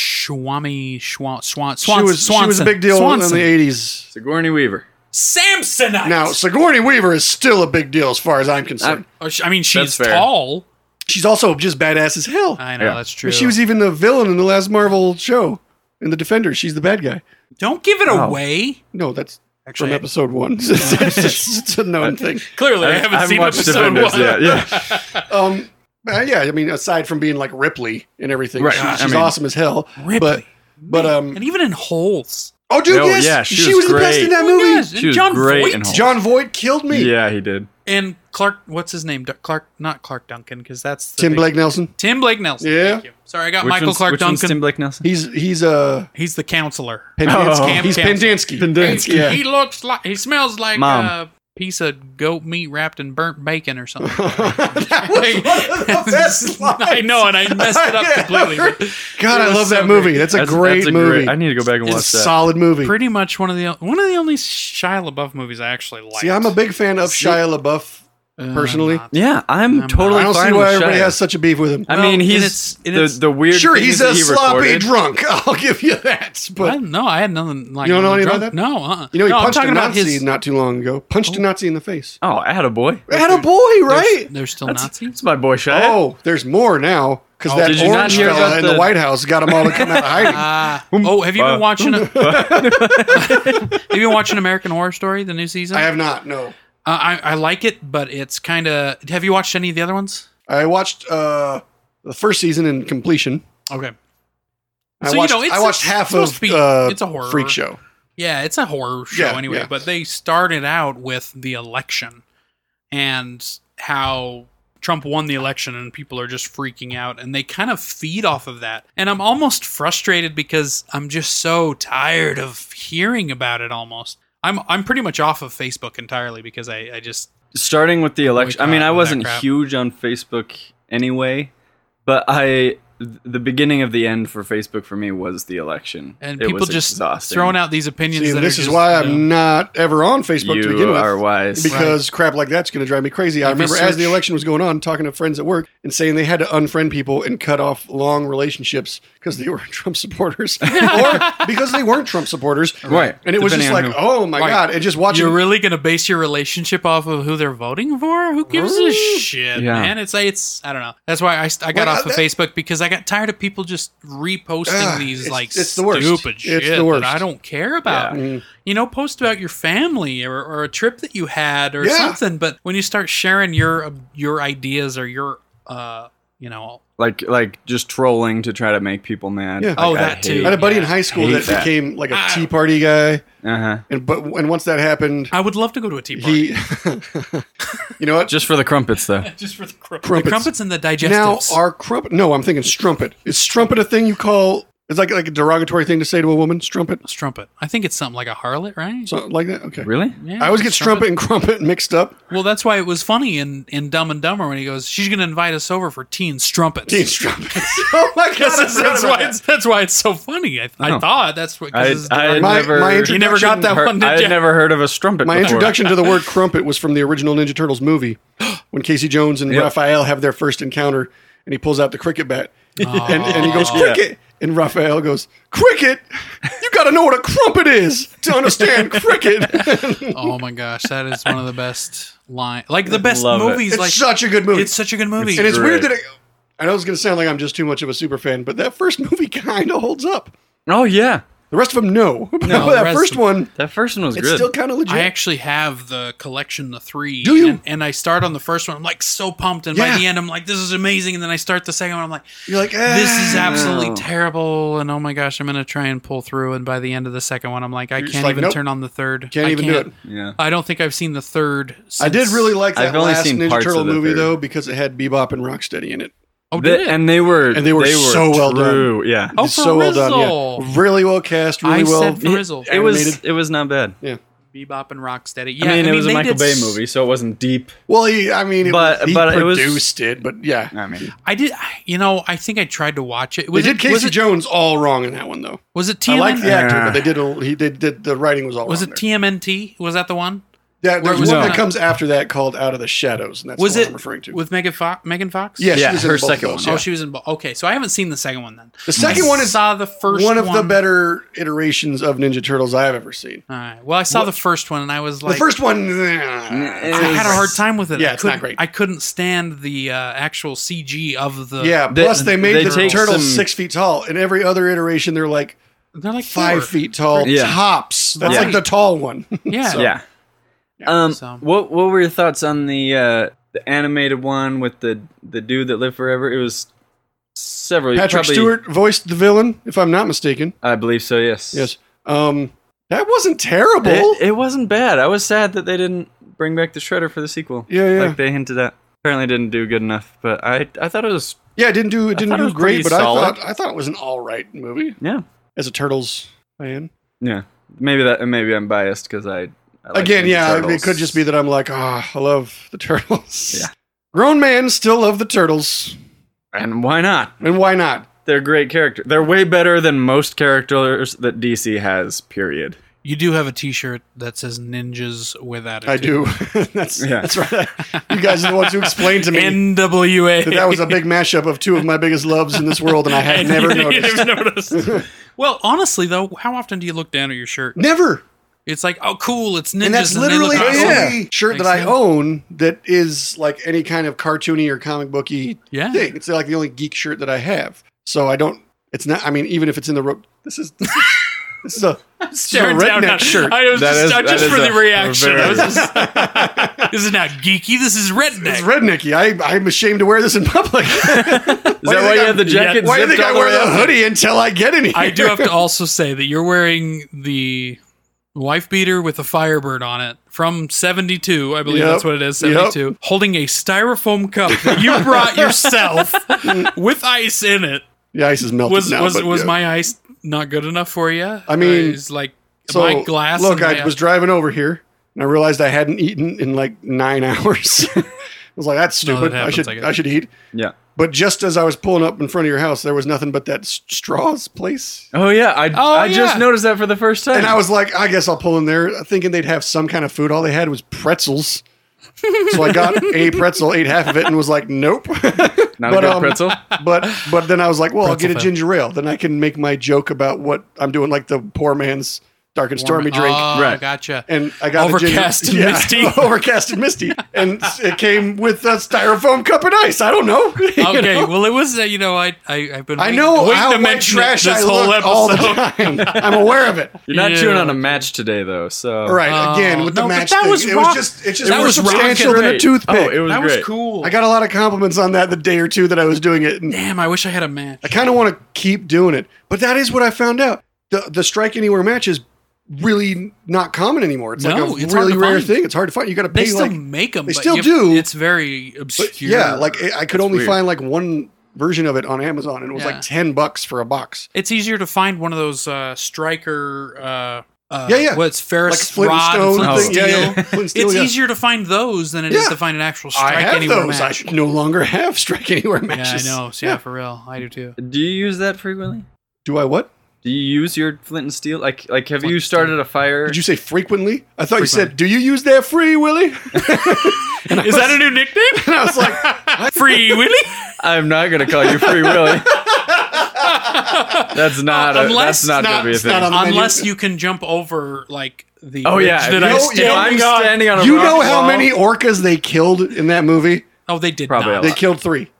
Swami Swan Swan
she
Swanson.
was she was a big deal
Swanson.
in the eighties.
that. Sigourney Weaver.
Samsonite.
Now, Sigourney Weaver is still a big deal as far as I'm concerned.
Or she- Oh, I mean, she's
That's fair.
tall.
She's also just badass as hell.
I know
Yeah.
that's Uh, true.
And she was even the villain in the last Marvel show in The Defenders. She's the bad guy.
Don't give it
Wow.
away.
No, that's
Actually,
from
I-
episode
<laughs>
one. <laughs> it's, it's- it's a known thing.
Clearly, I, haven't seen
watched
episode
Defenders
one.
yet. Yeah.
<laughs> Um, uh, yeah, I mean, aside from being like Ripley and everything,
Right,
she-
I
she's
mean-
awesome as hell.
Ripley.
But, but um,
and even in holes.
oh, dude,
Oh,
yes,
yeah,
she,
she
was,
was
the best
great.
in that
Oh,
movie.
yes, and
She was
John
great
Voight
in Holes.
John Voight killed me.
yeah, he did.
and Clark. What's his name? Du- Clark, not Clark Duncan, because that's the
Tim
big-
Blake Nelson.
Tim Blake Nelson.
Yeah.
Thank you. Sorry, I got Michael
one's-
Clark
which one's
Duncan.
Tim Blake Nelson.
He's he's uh,
He's the counselor.
Pendansky.
Camp
he's
Counselor.
Pendansky.
Oh. Pendansky.
Yeah.
He looks like he smells like
Mom.
a piece of goat meat wrapped in burnt bacon or something.
<laughs> the <laughs> best lines.
I know, and I messed
<laughs>
it up completely. but
God, I
was
love
so
that movie. That's a great
that's
movie.
I need to go back and
it's a
watch that.
solid movie.
pretty much one of the one of the only Shia LaBeouf movies I actually like.
See, I'm a big fan of Shia LaBeouf personally.
Yeah,
Uh,
I'm
I'm-
totally.
I don't
fine
see
with
why everybody
Shia.
has such a beef with him.
I
Well,
mean,
and
he's
it's- and
the,
it's-
the weird.
sure,
things
he's
that
a
he
sloppy
recorded.
drunk. <laughs> I'll give you that.
I
But
don't know. I had nothing like
You don't know anything
anything
about that?
No, uh-uh.
you know, he
no,
punched a Nazi not too long ago. Punched a Nazi in the face.
Oh, attaboy.
Had a boy, right?
They're still
It's
Nazis.
my boy Shia.
<laughs> Oh, there's more now because
Oh,
that
did you not
orange
hear
fella
about
in the
the-
White House got them all to come out
<laughs>
of hiding.
Ah. oh, have you
uh,
been watching? <laughs>
<laughs>
have you been watching American Horror Story, the new season?
I have not. No,
Uh, I, I like it, but it's kind of. Have you watched any of the other ones?
I watched uh, the first season in completion.
Okay.
I
So, you
watched,
know, it's-
I watched
it's
half
supposed
of
to be-
uh,
it's a horror.
freak show.
Yeah, it's a horror show
Yeah,
anyway,
yeah.
but they started out with the election and how Trump won the election and people are just freaking out and they kind of feed off of that. And I'm almost frustrated because I'm just so tired of hearing about it almost. I'm I'm pretty much off of Facebook entirely because I, I just
starting with the election. I
God,
mean, I
that
wasn't
crap.
huge on Facebook anyway, but I the beginning of the end for Facebook for me was the election.
and
It
people
was
just
exhausting.
throwing out these opinions.
See,
that
and
are
this is
just,
why
you know,
I'm not ever on Facebook to begin
You
with.
are wise.
because crap like that's going to drive me crazy. I
If you
remember as the
search-
election was going on, talking to friends at work and saying they had to unfriend people and cut off long relationships because they <laughs> were
<laughs>
Trump supporters or because they weren't Trump supporters.
Right.
And it was just
Depending on
like,
who-
oh my
Right.
God. And just watching.
You're really gonna base your relationship off of who they're voting for? Who gives a shit,
Yeah.
man? It's it's I don't know. That's why I, st- I got
Well,
off of
that-
Facebook because I got tired of people just reposting
Ugh,
these
it's-
like
it's the worst.
stupid
It's
shit
the worst. Mm.
that I don't care about. You know, post about your family or, or a trip that you had or
Yeah.
something. But when you start sharing your your ideas or your uh you know,
Like like just trolling to try to make people mad.
Yeah.
Like,
Oh,
I
that too.
hate-
I had a buddy in
Yeah.
high school
Hate
that,
that.
became like a
Ah.
Tea Party guy,
Uh-huh.
and but and once that happened,
I would love to go to a tea party
he, <laughs> you know what?
Just for the crumpets though. <laughs>
just for the crumpets.
Crumpets.
The crumpets and the
now
digestives.
our crumpet. No, I'm thinking strumpet. Is strumpet a thing you call? It's like like a derogatory thing to say to a woman. Strumpet,
strumpet. I think it's something like a harlot, right?
something like that. Okay.
Really?
Yeah,
I always get
strumpet.
strumpet and crumpet mixed up.
Well, that's why it was funny in, in Dumb and Dumber when he goes, "She's going to invite us over for teen strumpets."
Teen strumpet. <laughs> oh my
<laughs>
god! I
that's,
forgot
that's
about
why
that.
it's, that's why it's so funny. I, I
Oh.
thought that's what. 'cause
I
it's
I
derogatory.
had
My-
never
my
you never got that
heard-
one, did
I
you?
had never heard of a strumpet
My
before.
introduction to the word crumpet was from the original Ninja
<gasps>
Turtles movie when Casey Jones and
Yep.
Raphael have their first encounter and he pulls out the cricket bat <laughs> and, and he goes,
Oh.
Cricket! And Raphael goes, Cricket? You gotta know what a crumpet is to
<laughs>
understand cricket. <laughs>
oh my gosh, that is one of the best line, like the best
Love it.
movies.
it's
Like
such a good movie.
it's such a good movie.
and it's
great.
weird that it, I know it's gonna sound like I'm just too much of a super fan, but that first movie <laughs> kind of holds up.
Oh yeah.
The rest of them, no. <laughs> But
the
that
rest
first
of-
one,
That first one was
it's
good.
still kind of legit.
I actually have the collection, the three.
Do you?
And, and I start on the first one. I'm like so pumped, and
Yeah.
by the end, I'm like, this is amazing. And then I start the second one. I'm like,
You're like, ah,
this is absolutely
no.
terrible. And oh my gosh, I'm gonna try and pull through. And by the end of the second one, I'm like, I
just
can't
like,
even
nope.
turn on the third.
Can't
I
even do it.
yeah.
I don't think I've seen the third.
I did
since-
really like that
I've only
last
seen
Ninja
parts of
Turtle
the
movie
third.
though because it had Bebop and Rocksteady in it.
Oh,
The-
did it?
and they were
And they were so well done.
true. Yeah.
Oh,
It's
for
so well done,
Rizzle.
yeah. Really well cast, really
I
well.
said Frizzle.
It was
animated.
it was not bad.
Bebop and Rocksteady. Yeah,
I mean, it was a
they
Michael
did
Bay
s-
movie, so it wasn't deep.
Well, he, I mean, it,
But-
he
but it was-
produced it, but yeah,
I mean,
I did. You know, I think I tried to watch it.
they
Was
did
it,
Casey
was it,
Jones all wrong in that one though.
was it
I like
TMNT?
the actor,
Yeah.
but they did. A, he did, did the writing was all.
was
wrong
it
there.
TMNT? Was that the one?
Yeah,
where
there's
it was
one
on
that
a-
comes after that called Out of the Shadows, and that's
Was
the one
it
I'm referring to.
with Megan Fox? Megan Fox?
yeah,
Yeah,
she was in
her
both of
second
those,
one.
Oh,
yeah.
she was in. bo- Okay, so I haven't seen the second one then.
the second one
I
is
saw the first
one of the better iterations of Ninja Turtles I've ever seen.
All right. Well, I saw the first one and I was like,
the first one,
it
I had a hard time with it.
Yeah,
I
it's not
couldn't-
great.
I couldn't stand the uh, actual CG of the.
yeah.
They-
plus, they made
they
the
take
turtles
some-
six feet tall. In every other iteration, they're like
they're like
five
four.
feet tall
Yeah.
tops. That's
Right.
like the tall
<laughs>
one.
Yeah.
yeah. Um,
so-
what what were your thoughts on the uh, the animated one with the the dude that lived forever? It was several.
Patrick
probably-
Stewart voiced the villain, if I'm not mistaken.
I believe so. Yes.
Yes. Um, that wasn't terrible.
It, it wasn't bad. I was sad that they didn't bring back the Shredder for the sequel.
Yeah, yeah.
Like they hinted at. Apparently didn't do good enough, but I I thought it was
yeah, it didn't do it didn't
thought it
do
was
great,
pretty
but I
solid.
thought I thought it was an all right movie
yeah
as a Turtles fan.
yeah maybe that maybe I'm biased because I, I like
Again,
Ninja
yeah,
Turtles.
it could just be that I'm like, ah, I love the Turtles.
Yeah.
<laughs> Grown man still love the Turtles,
and why not?
and why not?
They're great characters. They're way better than most characters that DC has. Period.
You do have a T-shirt that says "Ninjas with Attitude."
I do. <laughs> that's
Yeah.
that's right. You guys are the ones who explained to me
NWA.
that that was a big mashup of two of my biggest loves in this world, and I had never
You
noticed.
never noticed. well, honestly though, how often do you look down at your shirt?
Never.
It's like, oh, cool, it's ninjas.
and that's
they look
literally the
awesome.
only shirt that
Makes
I
sense.
own that is like any kind of cartoony or comic booky
Yeah.
thing. It's like the only geek shirt that I have. So I don't. It's not. I mean, even if it's in the rope, this is this is, this is a
staring
It's a
down
redneck
at
shirt.
I was
That
just,
is-
I-
that
just
is
for
a-
the
a
reaction. I was
very-
just,
<laughs>
this is not geeky. This is
it's
redneck.
rednecky. I I'm ashamed to wear this
<laughs>
in public.
Is that why you have the jacket?
Why do you
zipped
think I
all the
wear
way
the
up?
hoodie until I get in here?
I do have to also say that you're wearing the wife beater with a firebird on it from 72 i believe
Yep.
that's what it is
Yep.
72 holding a styrofoam cup that you
<laughs>
brought yourself with ice in it
<laughs> The ice is melted
was
now.
was
but,
was
yeah.
my ice not good enough for you
I mean,
it's like
so,
my glass
Look,
and
I
my-
was driving over here and I realized I hadn't eaten in like nine <laughs> hours. I was like, that's
No, that
stupid. I
happens,
should
I guess.
I should eat.
Yeah.
But just as I was pulling up in front of your house, there was nothing but that s- straws place.
Oh yeah, I
Oh,
I just
yeah.
noticed that for the first time.
And I was like, I guess I'll pull in there thinking they'd have some kind of food. All they had was pretzels. so
<laughs>
I got a pretzel, ate half of it, and was like, nope.
not
but,
a good
um,
pretzel.
but but then I was like, well, I'll
Pretzel
get a
fan.
ginger ale. Then I can make my joke about what I'm doing, like the poor man's dark and stormy drink.
Oh,
Right.
gotcha.
and I got
Overcast
a
and
ginger,
misty.
<laughs> overcast and misty, and s- it came with a styrofoam cup and ice. I
<laughs>
don't know. You
okay,
know?
well, it was uh, you know I, I I've been
<laughs> I
waiting-
know
waiting
how
to
much
mention it
trash
this
I
whole
look
episode.
all the time. I'm aware of it.
You're not
Yeah.
chewing on a match today, though. So
All right,
Oh,
again with
no, but
the match
that
thing.
was
it
rock-
was just it's just
that
more
was rock and
substantial than a
Great.
toothpick.
Oh, it was
That
great.
was cool.
I got a lot of compliments on that the day or two that I was doing it, and
Damn, I wish I had a match.
I kind of want to keep doing it. But that is what I found out. The the strike anywhere match is really not common anymore. It's
No,
like a
it's hard
really
to
rare
find.
thing. It's hard to find. You got to
They
pay
still
like
make them.
they still do.
It's very
But
obscure.
yeah, like I I could only
weird.
find like one version of it on Amazon, and it was
Yeah.
like ten bucks for a box.
it's easier to find one of those uh, striker. Uh, uh,
Yeah, yeah.
What's
Like
Ferris
Flint and
rod and
Stone,
Flint and
thing. Yeah,
steel?
yeah, yeah. Flint and Steel,
It's
yeah.
easier to find those than it is
Yeah.
to find an actual strike
I have
anywhere
those.
match.
I should no longer have <laughs> strike anywhere
yeah, I
matches.
know. So, yeah, for real, I do too.
Do you use that frequently?
Do I what?
Do you use your flint and steel? Like, like have
Flint
you
and steel.
started a fire?
Did you say frequently? I thought you said, "Do you use that free, Willie?" <laughs>
Is that a new nickname?
<laughs>
And I was like,
Free Willy?
I'm not gonna call you Free Willy. that's not. a,
Unless-
that's not,
not-
gonna be a
it's
thing.
not on-
Unless you can jump over like the.
oh
bridge
yeah.
that
if
I
you-
stand-
<laughs>
if
stepped-
I'm standing on a
"You
rock
know how
wall-
many orcas they killed in that movie?
Oh, they did
Probably
not.
a
They
lot.
killed three. They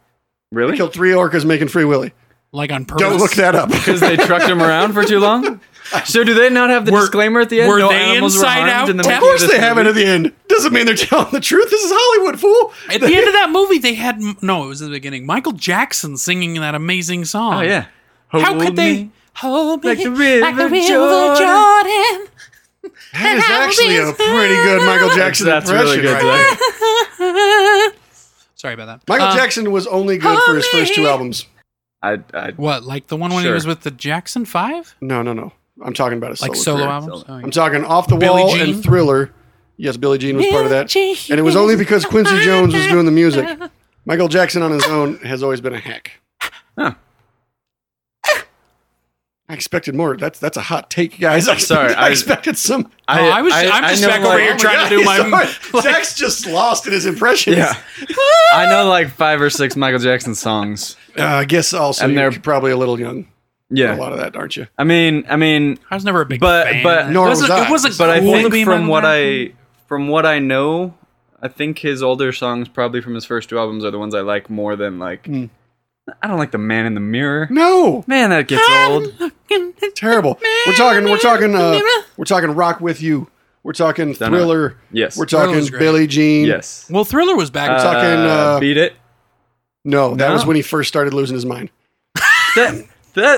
Really?
killed three orcas making Free Willy.
Like on purpose.
Don't look that up.
<laughs> Because they trucked him around for too long. So do they not have the
Were-
disclaimer at the end?
were
no
they
animals
inside
were harmed
out
in the
town?
making
of course
this
they have it
movie?
at the end. Doesn't mean they're telling the truth. This is Hollywood, fool.
At the end of that movie, they had m- no. It was in the beginning. Michael Jackson singing that amazing song.
Oh yeah.
How
Hold
could they
me.
hold me <laughs>
Like the river Jordan.
Jordan?
That is actually a pretty good Michael Jackson
That's really
impression.
good.
right there.
Zach.
Sorry about that.
Michael
Uh,
Jackson was only good for his first two
Honey.
albums.
I, I
What, like the one when he
Sure.
was with the Jackson Five,
No, no, no. I'm talking about a solo.
like solo
career.
albums? Oh, yeah.
I'm talking off the
Billie
wall
Jean?
and Thriller. Yes, Billie Jean was part of that,
Billie
and it was only because Quincy Jones was doing the music. Michael Jackson on his own has always been a hack.
Huh.
I expected more. That's that's a hot take, guys. I,
Sorry,
<laughs> I,
I-
expected some.
Oh, I was- I'm just
know,
back over
like-
Oh
Oh
here trying to do my- <laughs>
<laughs>
like-
Zach's just lost in his impressions. <laughs>
Yeah. I know like five or six Michael Jackson songs.
Uh, I guess also
And
you're
they're-
probably a little young. for A
Yeah.
lot of that, aren't you?
I mean, I mean,
I was never a big
But-
fan.
but-
it
Nor
wasn't,
was I.
It wasn't
but I
cool to be
think from
Michael
what
Jackson.
I from what I know, I think his older songs, probably from his first two albums, are the ones I like more than like.
Hmm.
I don't like the Man in the Mirror.
No,
Man, that gets old.
terrible. We're talking. We're talking. Uh, we're talking. Rock with you. We're talking
Don't know.
Thriller.
Yes.
We're talking
Thriller's great.
Billie Jean.
Yes.
Well, Thriller was back.
Uh, talking, uh,
beat it.
No, that
No?
was when he first started losing his mind.
That,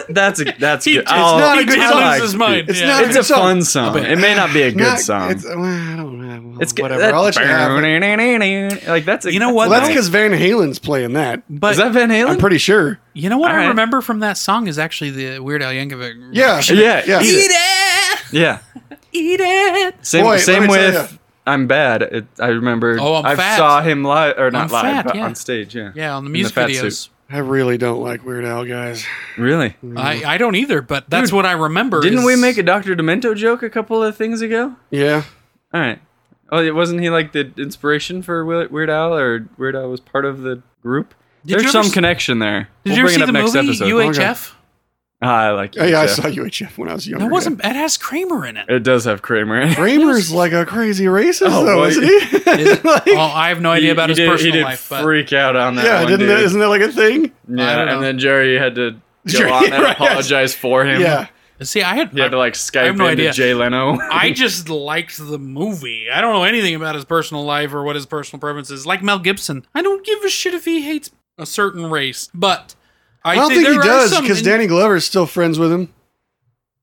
that that's a that's
He-
good. Oh,
it's
I'll-
not a
he
good
did
song.
lose his mind.
It's
yeah.
not
It's a
song.
fun song. It may not be a good
Not-
song.
It's, well, I don't know. Well,
It's good.
whatever. I'll let you have it.
That, like that's a,
You know
that's
what,
Well,
a
that's
nice-
because Van Halen's playing that.
But
is that Van Halen?
I'm pretty sure.
you know what
All
I
right.
remember from that song is actually the Weird Al Yankovic.
Yeah.
Yeah,
Yeah.
eat
Eat it,
yeah.
eat it.
Same
Boy, let me
same
tell
with
ya.
I'm bad. It, I remember.
Oh, I'm
I
fat.
saw him live or not
I'm
live
fat,
but
yeah.
on stage. Yeah.
Yeah, on the
In
music
fat
videos.
suit.
I really don't like Weird Al, guys.
Really?
I, I don't either, but that's what I remember.
Didn't
is-
we make a Dr. Demento joke a couple of things ago?
Yeah.
All right. Oh, it wasn't he like the inspiration for Wei- Weird Al, or Weird Al was part of the group?
Did you
There's
ever
some
s-
connection there.
Did
we'll
you ever
bring
see
it up
the
next
movie
episode.
UHF?
Ah, I like.
Oh, yeah, I
UHF.
saw UHF when I was younger.
That
yeah.
wasn't. It has Kramer
<laughs>
in it.
It does have
<laughs>
Kramer. in it.
Kramer's like a crazy racist,
Oh,
though,
well,
isn't
<laughs>
he? Like,
oh, I have no idea about his
did,
personal
he did
life, but
freak out on that.
yeah,
one,
didn't
dude.
that, isn't that like a thing?
I don't
yeah,
know.
and then Jerry had to
Jerry,
go on and
<laughs> right, yes.
apologize for him.
Yeah.
see, I had,
He had to like Skype
have no
into
idea.
Jay Leno.
I just liked the movie. I don't know anything about his personal life or what his personal preferences. Like Mel Gibson, I don't give a shit if he hates a certain race, but I,
I don't think he
there are
does
some
because
in-
Danny Glover's still friends with him.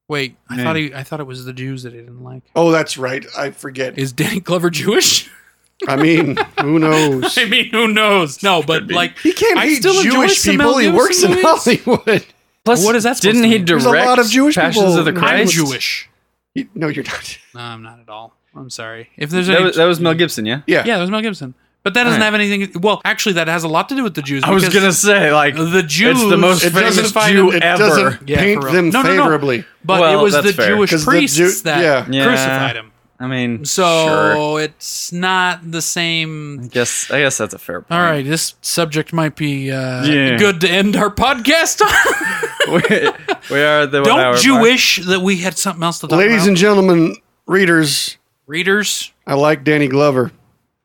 Wait, I
Man.
thought he. I thought it was the Jews that he didn't like.
Oh, that's right. I forget.
Is Danny Glover Jewish? <laughs>
I mean, who
<laughs>
knows?
I mean, who knows? No, but
be.
like
He can't
I
hate
still enjoy
Jewish
some Mel
people. He works
Gibson
in
movies.
Hollywood.
Plus,
What is that supposed
<laughs> Didn't
to
he
mean?
direct
There's a lot of Jewish
Passions
people.
of the
I'm
I'm
Christ?
Jewish.
You- No, you're not. <laughs>
No, I'm not at all. I'm sorry. If there's
That
any,
was, that was Mel Gibson, yeah.
Yeah.
yeah, that was Mel Gibson. But that doesn't
Right.
have anything. Well, actually, that has a lot to do with the Jews.
I was
because
gonna say like
the Jews.
It's the most
It
famous
doesn't-
Jew
it
ever.
doesn't
Yeah,
paint
for real.
them
No, no, no.
favorably.
But
Well,
it was the
that's fair.
Jewish
'Cause the
priests
Jew-
that
yeah.
Yeah.
crucified him.
I mean,
So it's not the same.
sure. guess I guess that's a fair point.
All right, this subject might be uh,
Yeah. <laughs>
good to end our podcast on.
we, <laughs> we are at the one hour
Don't you
mark.
wish that we had something else to talk
Ladies
about?
and gentlemen, readers,
readers,
I like Danny Glover,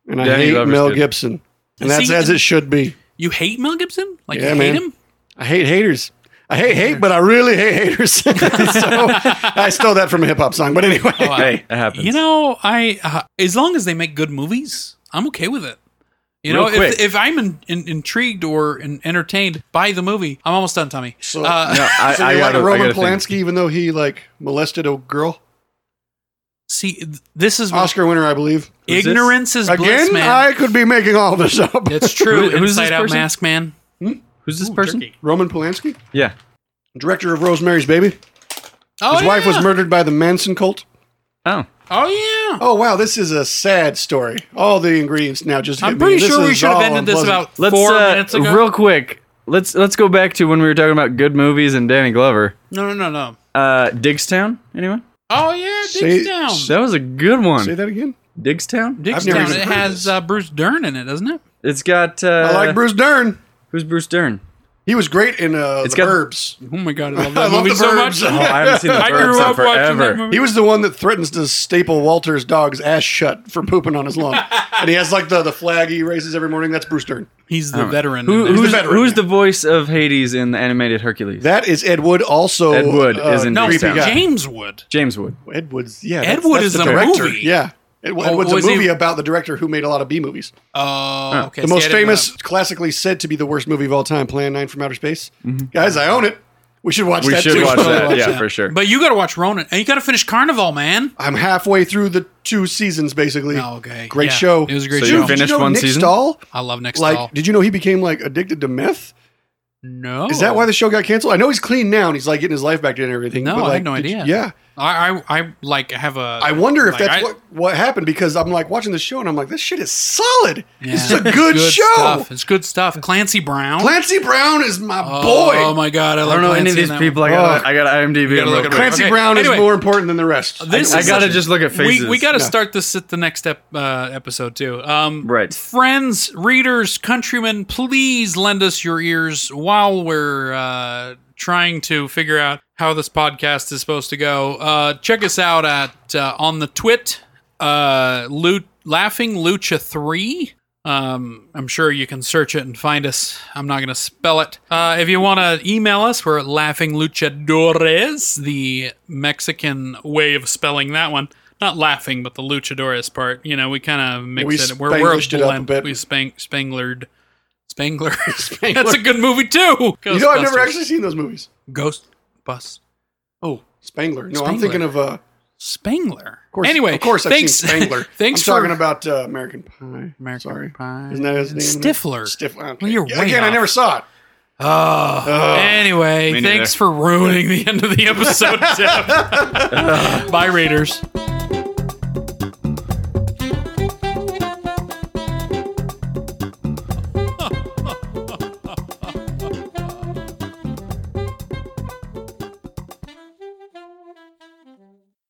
and I
Danny
hate
Glover's
Mel
good.
Gibson, and that's
See,
as it should be.
you hate Mel Gibson? Like
Yeah,
you hate
man.
him?
I hate haters. I hate hate, but I really hate haters. <laughs> so I stole that from a hip hop song. But anyway,
I-
Hey, it happens.
You know, I uh, as long as they make good movies, I'm okay with it. You
Real
know,
quick.
if, if I'm in, in, intrigued or in, entertained by the movie, I'm almost done, Tommy.
So-
uh,
no, I,
so
I
you like
gotta, I
Roman
gotta think.
Polanski, even though he like molested a girl,
See, th- this is what-
Oscar winner, I believe.
who's this?
ignorance is bliss,
Again,
man.
I could be making all this up.
it's true.
Who- who's this
Inside Out
person?
Mask Man.
Who's
Oh,
this person?
<laughs> Roman Polanski,
Yeah.
director of Rosemary's Baby. His
Oh, yeah.
wife was murdered by the Manson cult.
Oh.
Oh yeah.
Oh wow, this is a sad story. All the ingredients now just. Hit
I'm
me.
pretty
This
sure we
is
should have
all
ended this
unpleasant.
about
Let's
four
uh,
minutes ago.
real quick. Let's let's go back to when we were talking about good movies and Danny Glover.
no, no, no, no.
Uh, Digstown. Anyone?
Oh yeah,
Say-
Digstown. Down.
That was a good
Say
one.
that again.
Digstown.
I've never
Digstown.
even
It
heard of
has
this.
uh, Bruce Dern in it, doesn't it?
It's got. Uh,
I like Bruce Dern.
Who's Bruce Dern?
He was great in uh,
It's
The
got-
Burbs.
Oh my god, I
<laughs>
love that
I love
movie
The
so <laughs>
Burbs.
much.
Oh, I haven't seen the
I grew
Burbs in
up watching that
forever.
movie.
He was the one that threatens to staple Walter's dog's ass shut for pooping on
<laughs>
his lawn. and he has like the, the flag he raises every morning. That's Bruce Dern.
He's the veteran.
Who,
in
who's,
there.
who's, the
veteran.
voice of Hades in the animated Hercules?
That is Ed Wood, also. uh,
Ed Wood is in
no,
Creepy
guy.
James Wood.
James Wood.
Ed Wood's, yeah.
Ed Wood is
the
a
director.
movie.
Yeah. Ed, Wood- Ed
Oh,
Wood's a
was he-
movie about the director who made a lot of B movies.
Oh, okay.
The
See, I
most
didn't know
famous,
that.
classically said to be the worst movie of all time, Plan 9 from Outer Space. Guys, I own it. We should watch
Mm-hmm. We
that
should
too.
watch that. yeah,
that.
for sure.
But you got to watch Ronan, and you got to finish Carnival, man.
I'm halfway through the two seasons, basically.
Oh, okay.
Great
Yeah.
show.
It was a great
So
Dude,
you
show.
did
finished
know
one
Nick
season?
Stahl?
I love Next
Like,
Doll.
did you know he became like addicted to meth?
No.
Is that why the show got canceled? I know he's clean now and he's like getting his life back and everything.
No,
but,
I had
like,
no
did you-
idea.
yeah,
I, I I like have a.
I wonder if
Like, I-
that's what what happened because I'm like watching the show and I'm like, this shit is solid. This is a good,
Good
show.
Stuff. It's good stuff. Clancy Brown.
Clancy Brown is my
oh,
boy.
Oh my god, I,
I
love
don't know any of
Clancy in
these
that
people. I
one.
got.
Oh.
I got IMDb.
You gotta
real
look it up.
quick.
Clancy
Okay,
Brown
anyway.
is more important than the rest.
one. This
I
is
gotta
such-
just look at faces.
We, we got to
No.
start this at the next step uh, episode too. Um,
Right.
Friends, readers, countrymen, please lend us your ears while we're uh, trying to figure out how this podcast is supposed to go. Uh, check us out at uh, on the twit uh, Lu- laughing lucha three. Um, I'm sure you can search it and find us. I'm not going to spell it. Uh, if you want to email us, we're at Laughing Luchadores, the Mexican way of spelling that one. Not laughing, but the luchadores part. You know, we kind of mix
We
it. We're, we're a
spanglished it up a
blend.
bit.
We spang- spanglered.
<laughs>
Spangler. That's a good movie, too.
you know, I've never
Ghostbusters.
actually seen those movies.
Ghostbusters.
Oh, Spangler. No,
Spangler.
I'm thinking of. Uh, of
Spangler.
course,
anyway,
of course, I've
thanks,
seen Spangler.
<laughs> thanks
I'm
for
talking about uh, American Pie.
American
Sorry.
Pie.
Isn't that his name?
Stifler.
Stifler. okay.
Well, you're way
Again, I
off.
never saw it.
Oh. anyway,
Me neither. <laughs>
thanks for ruining the end of the episode. Deb. Bye, readers.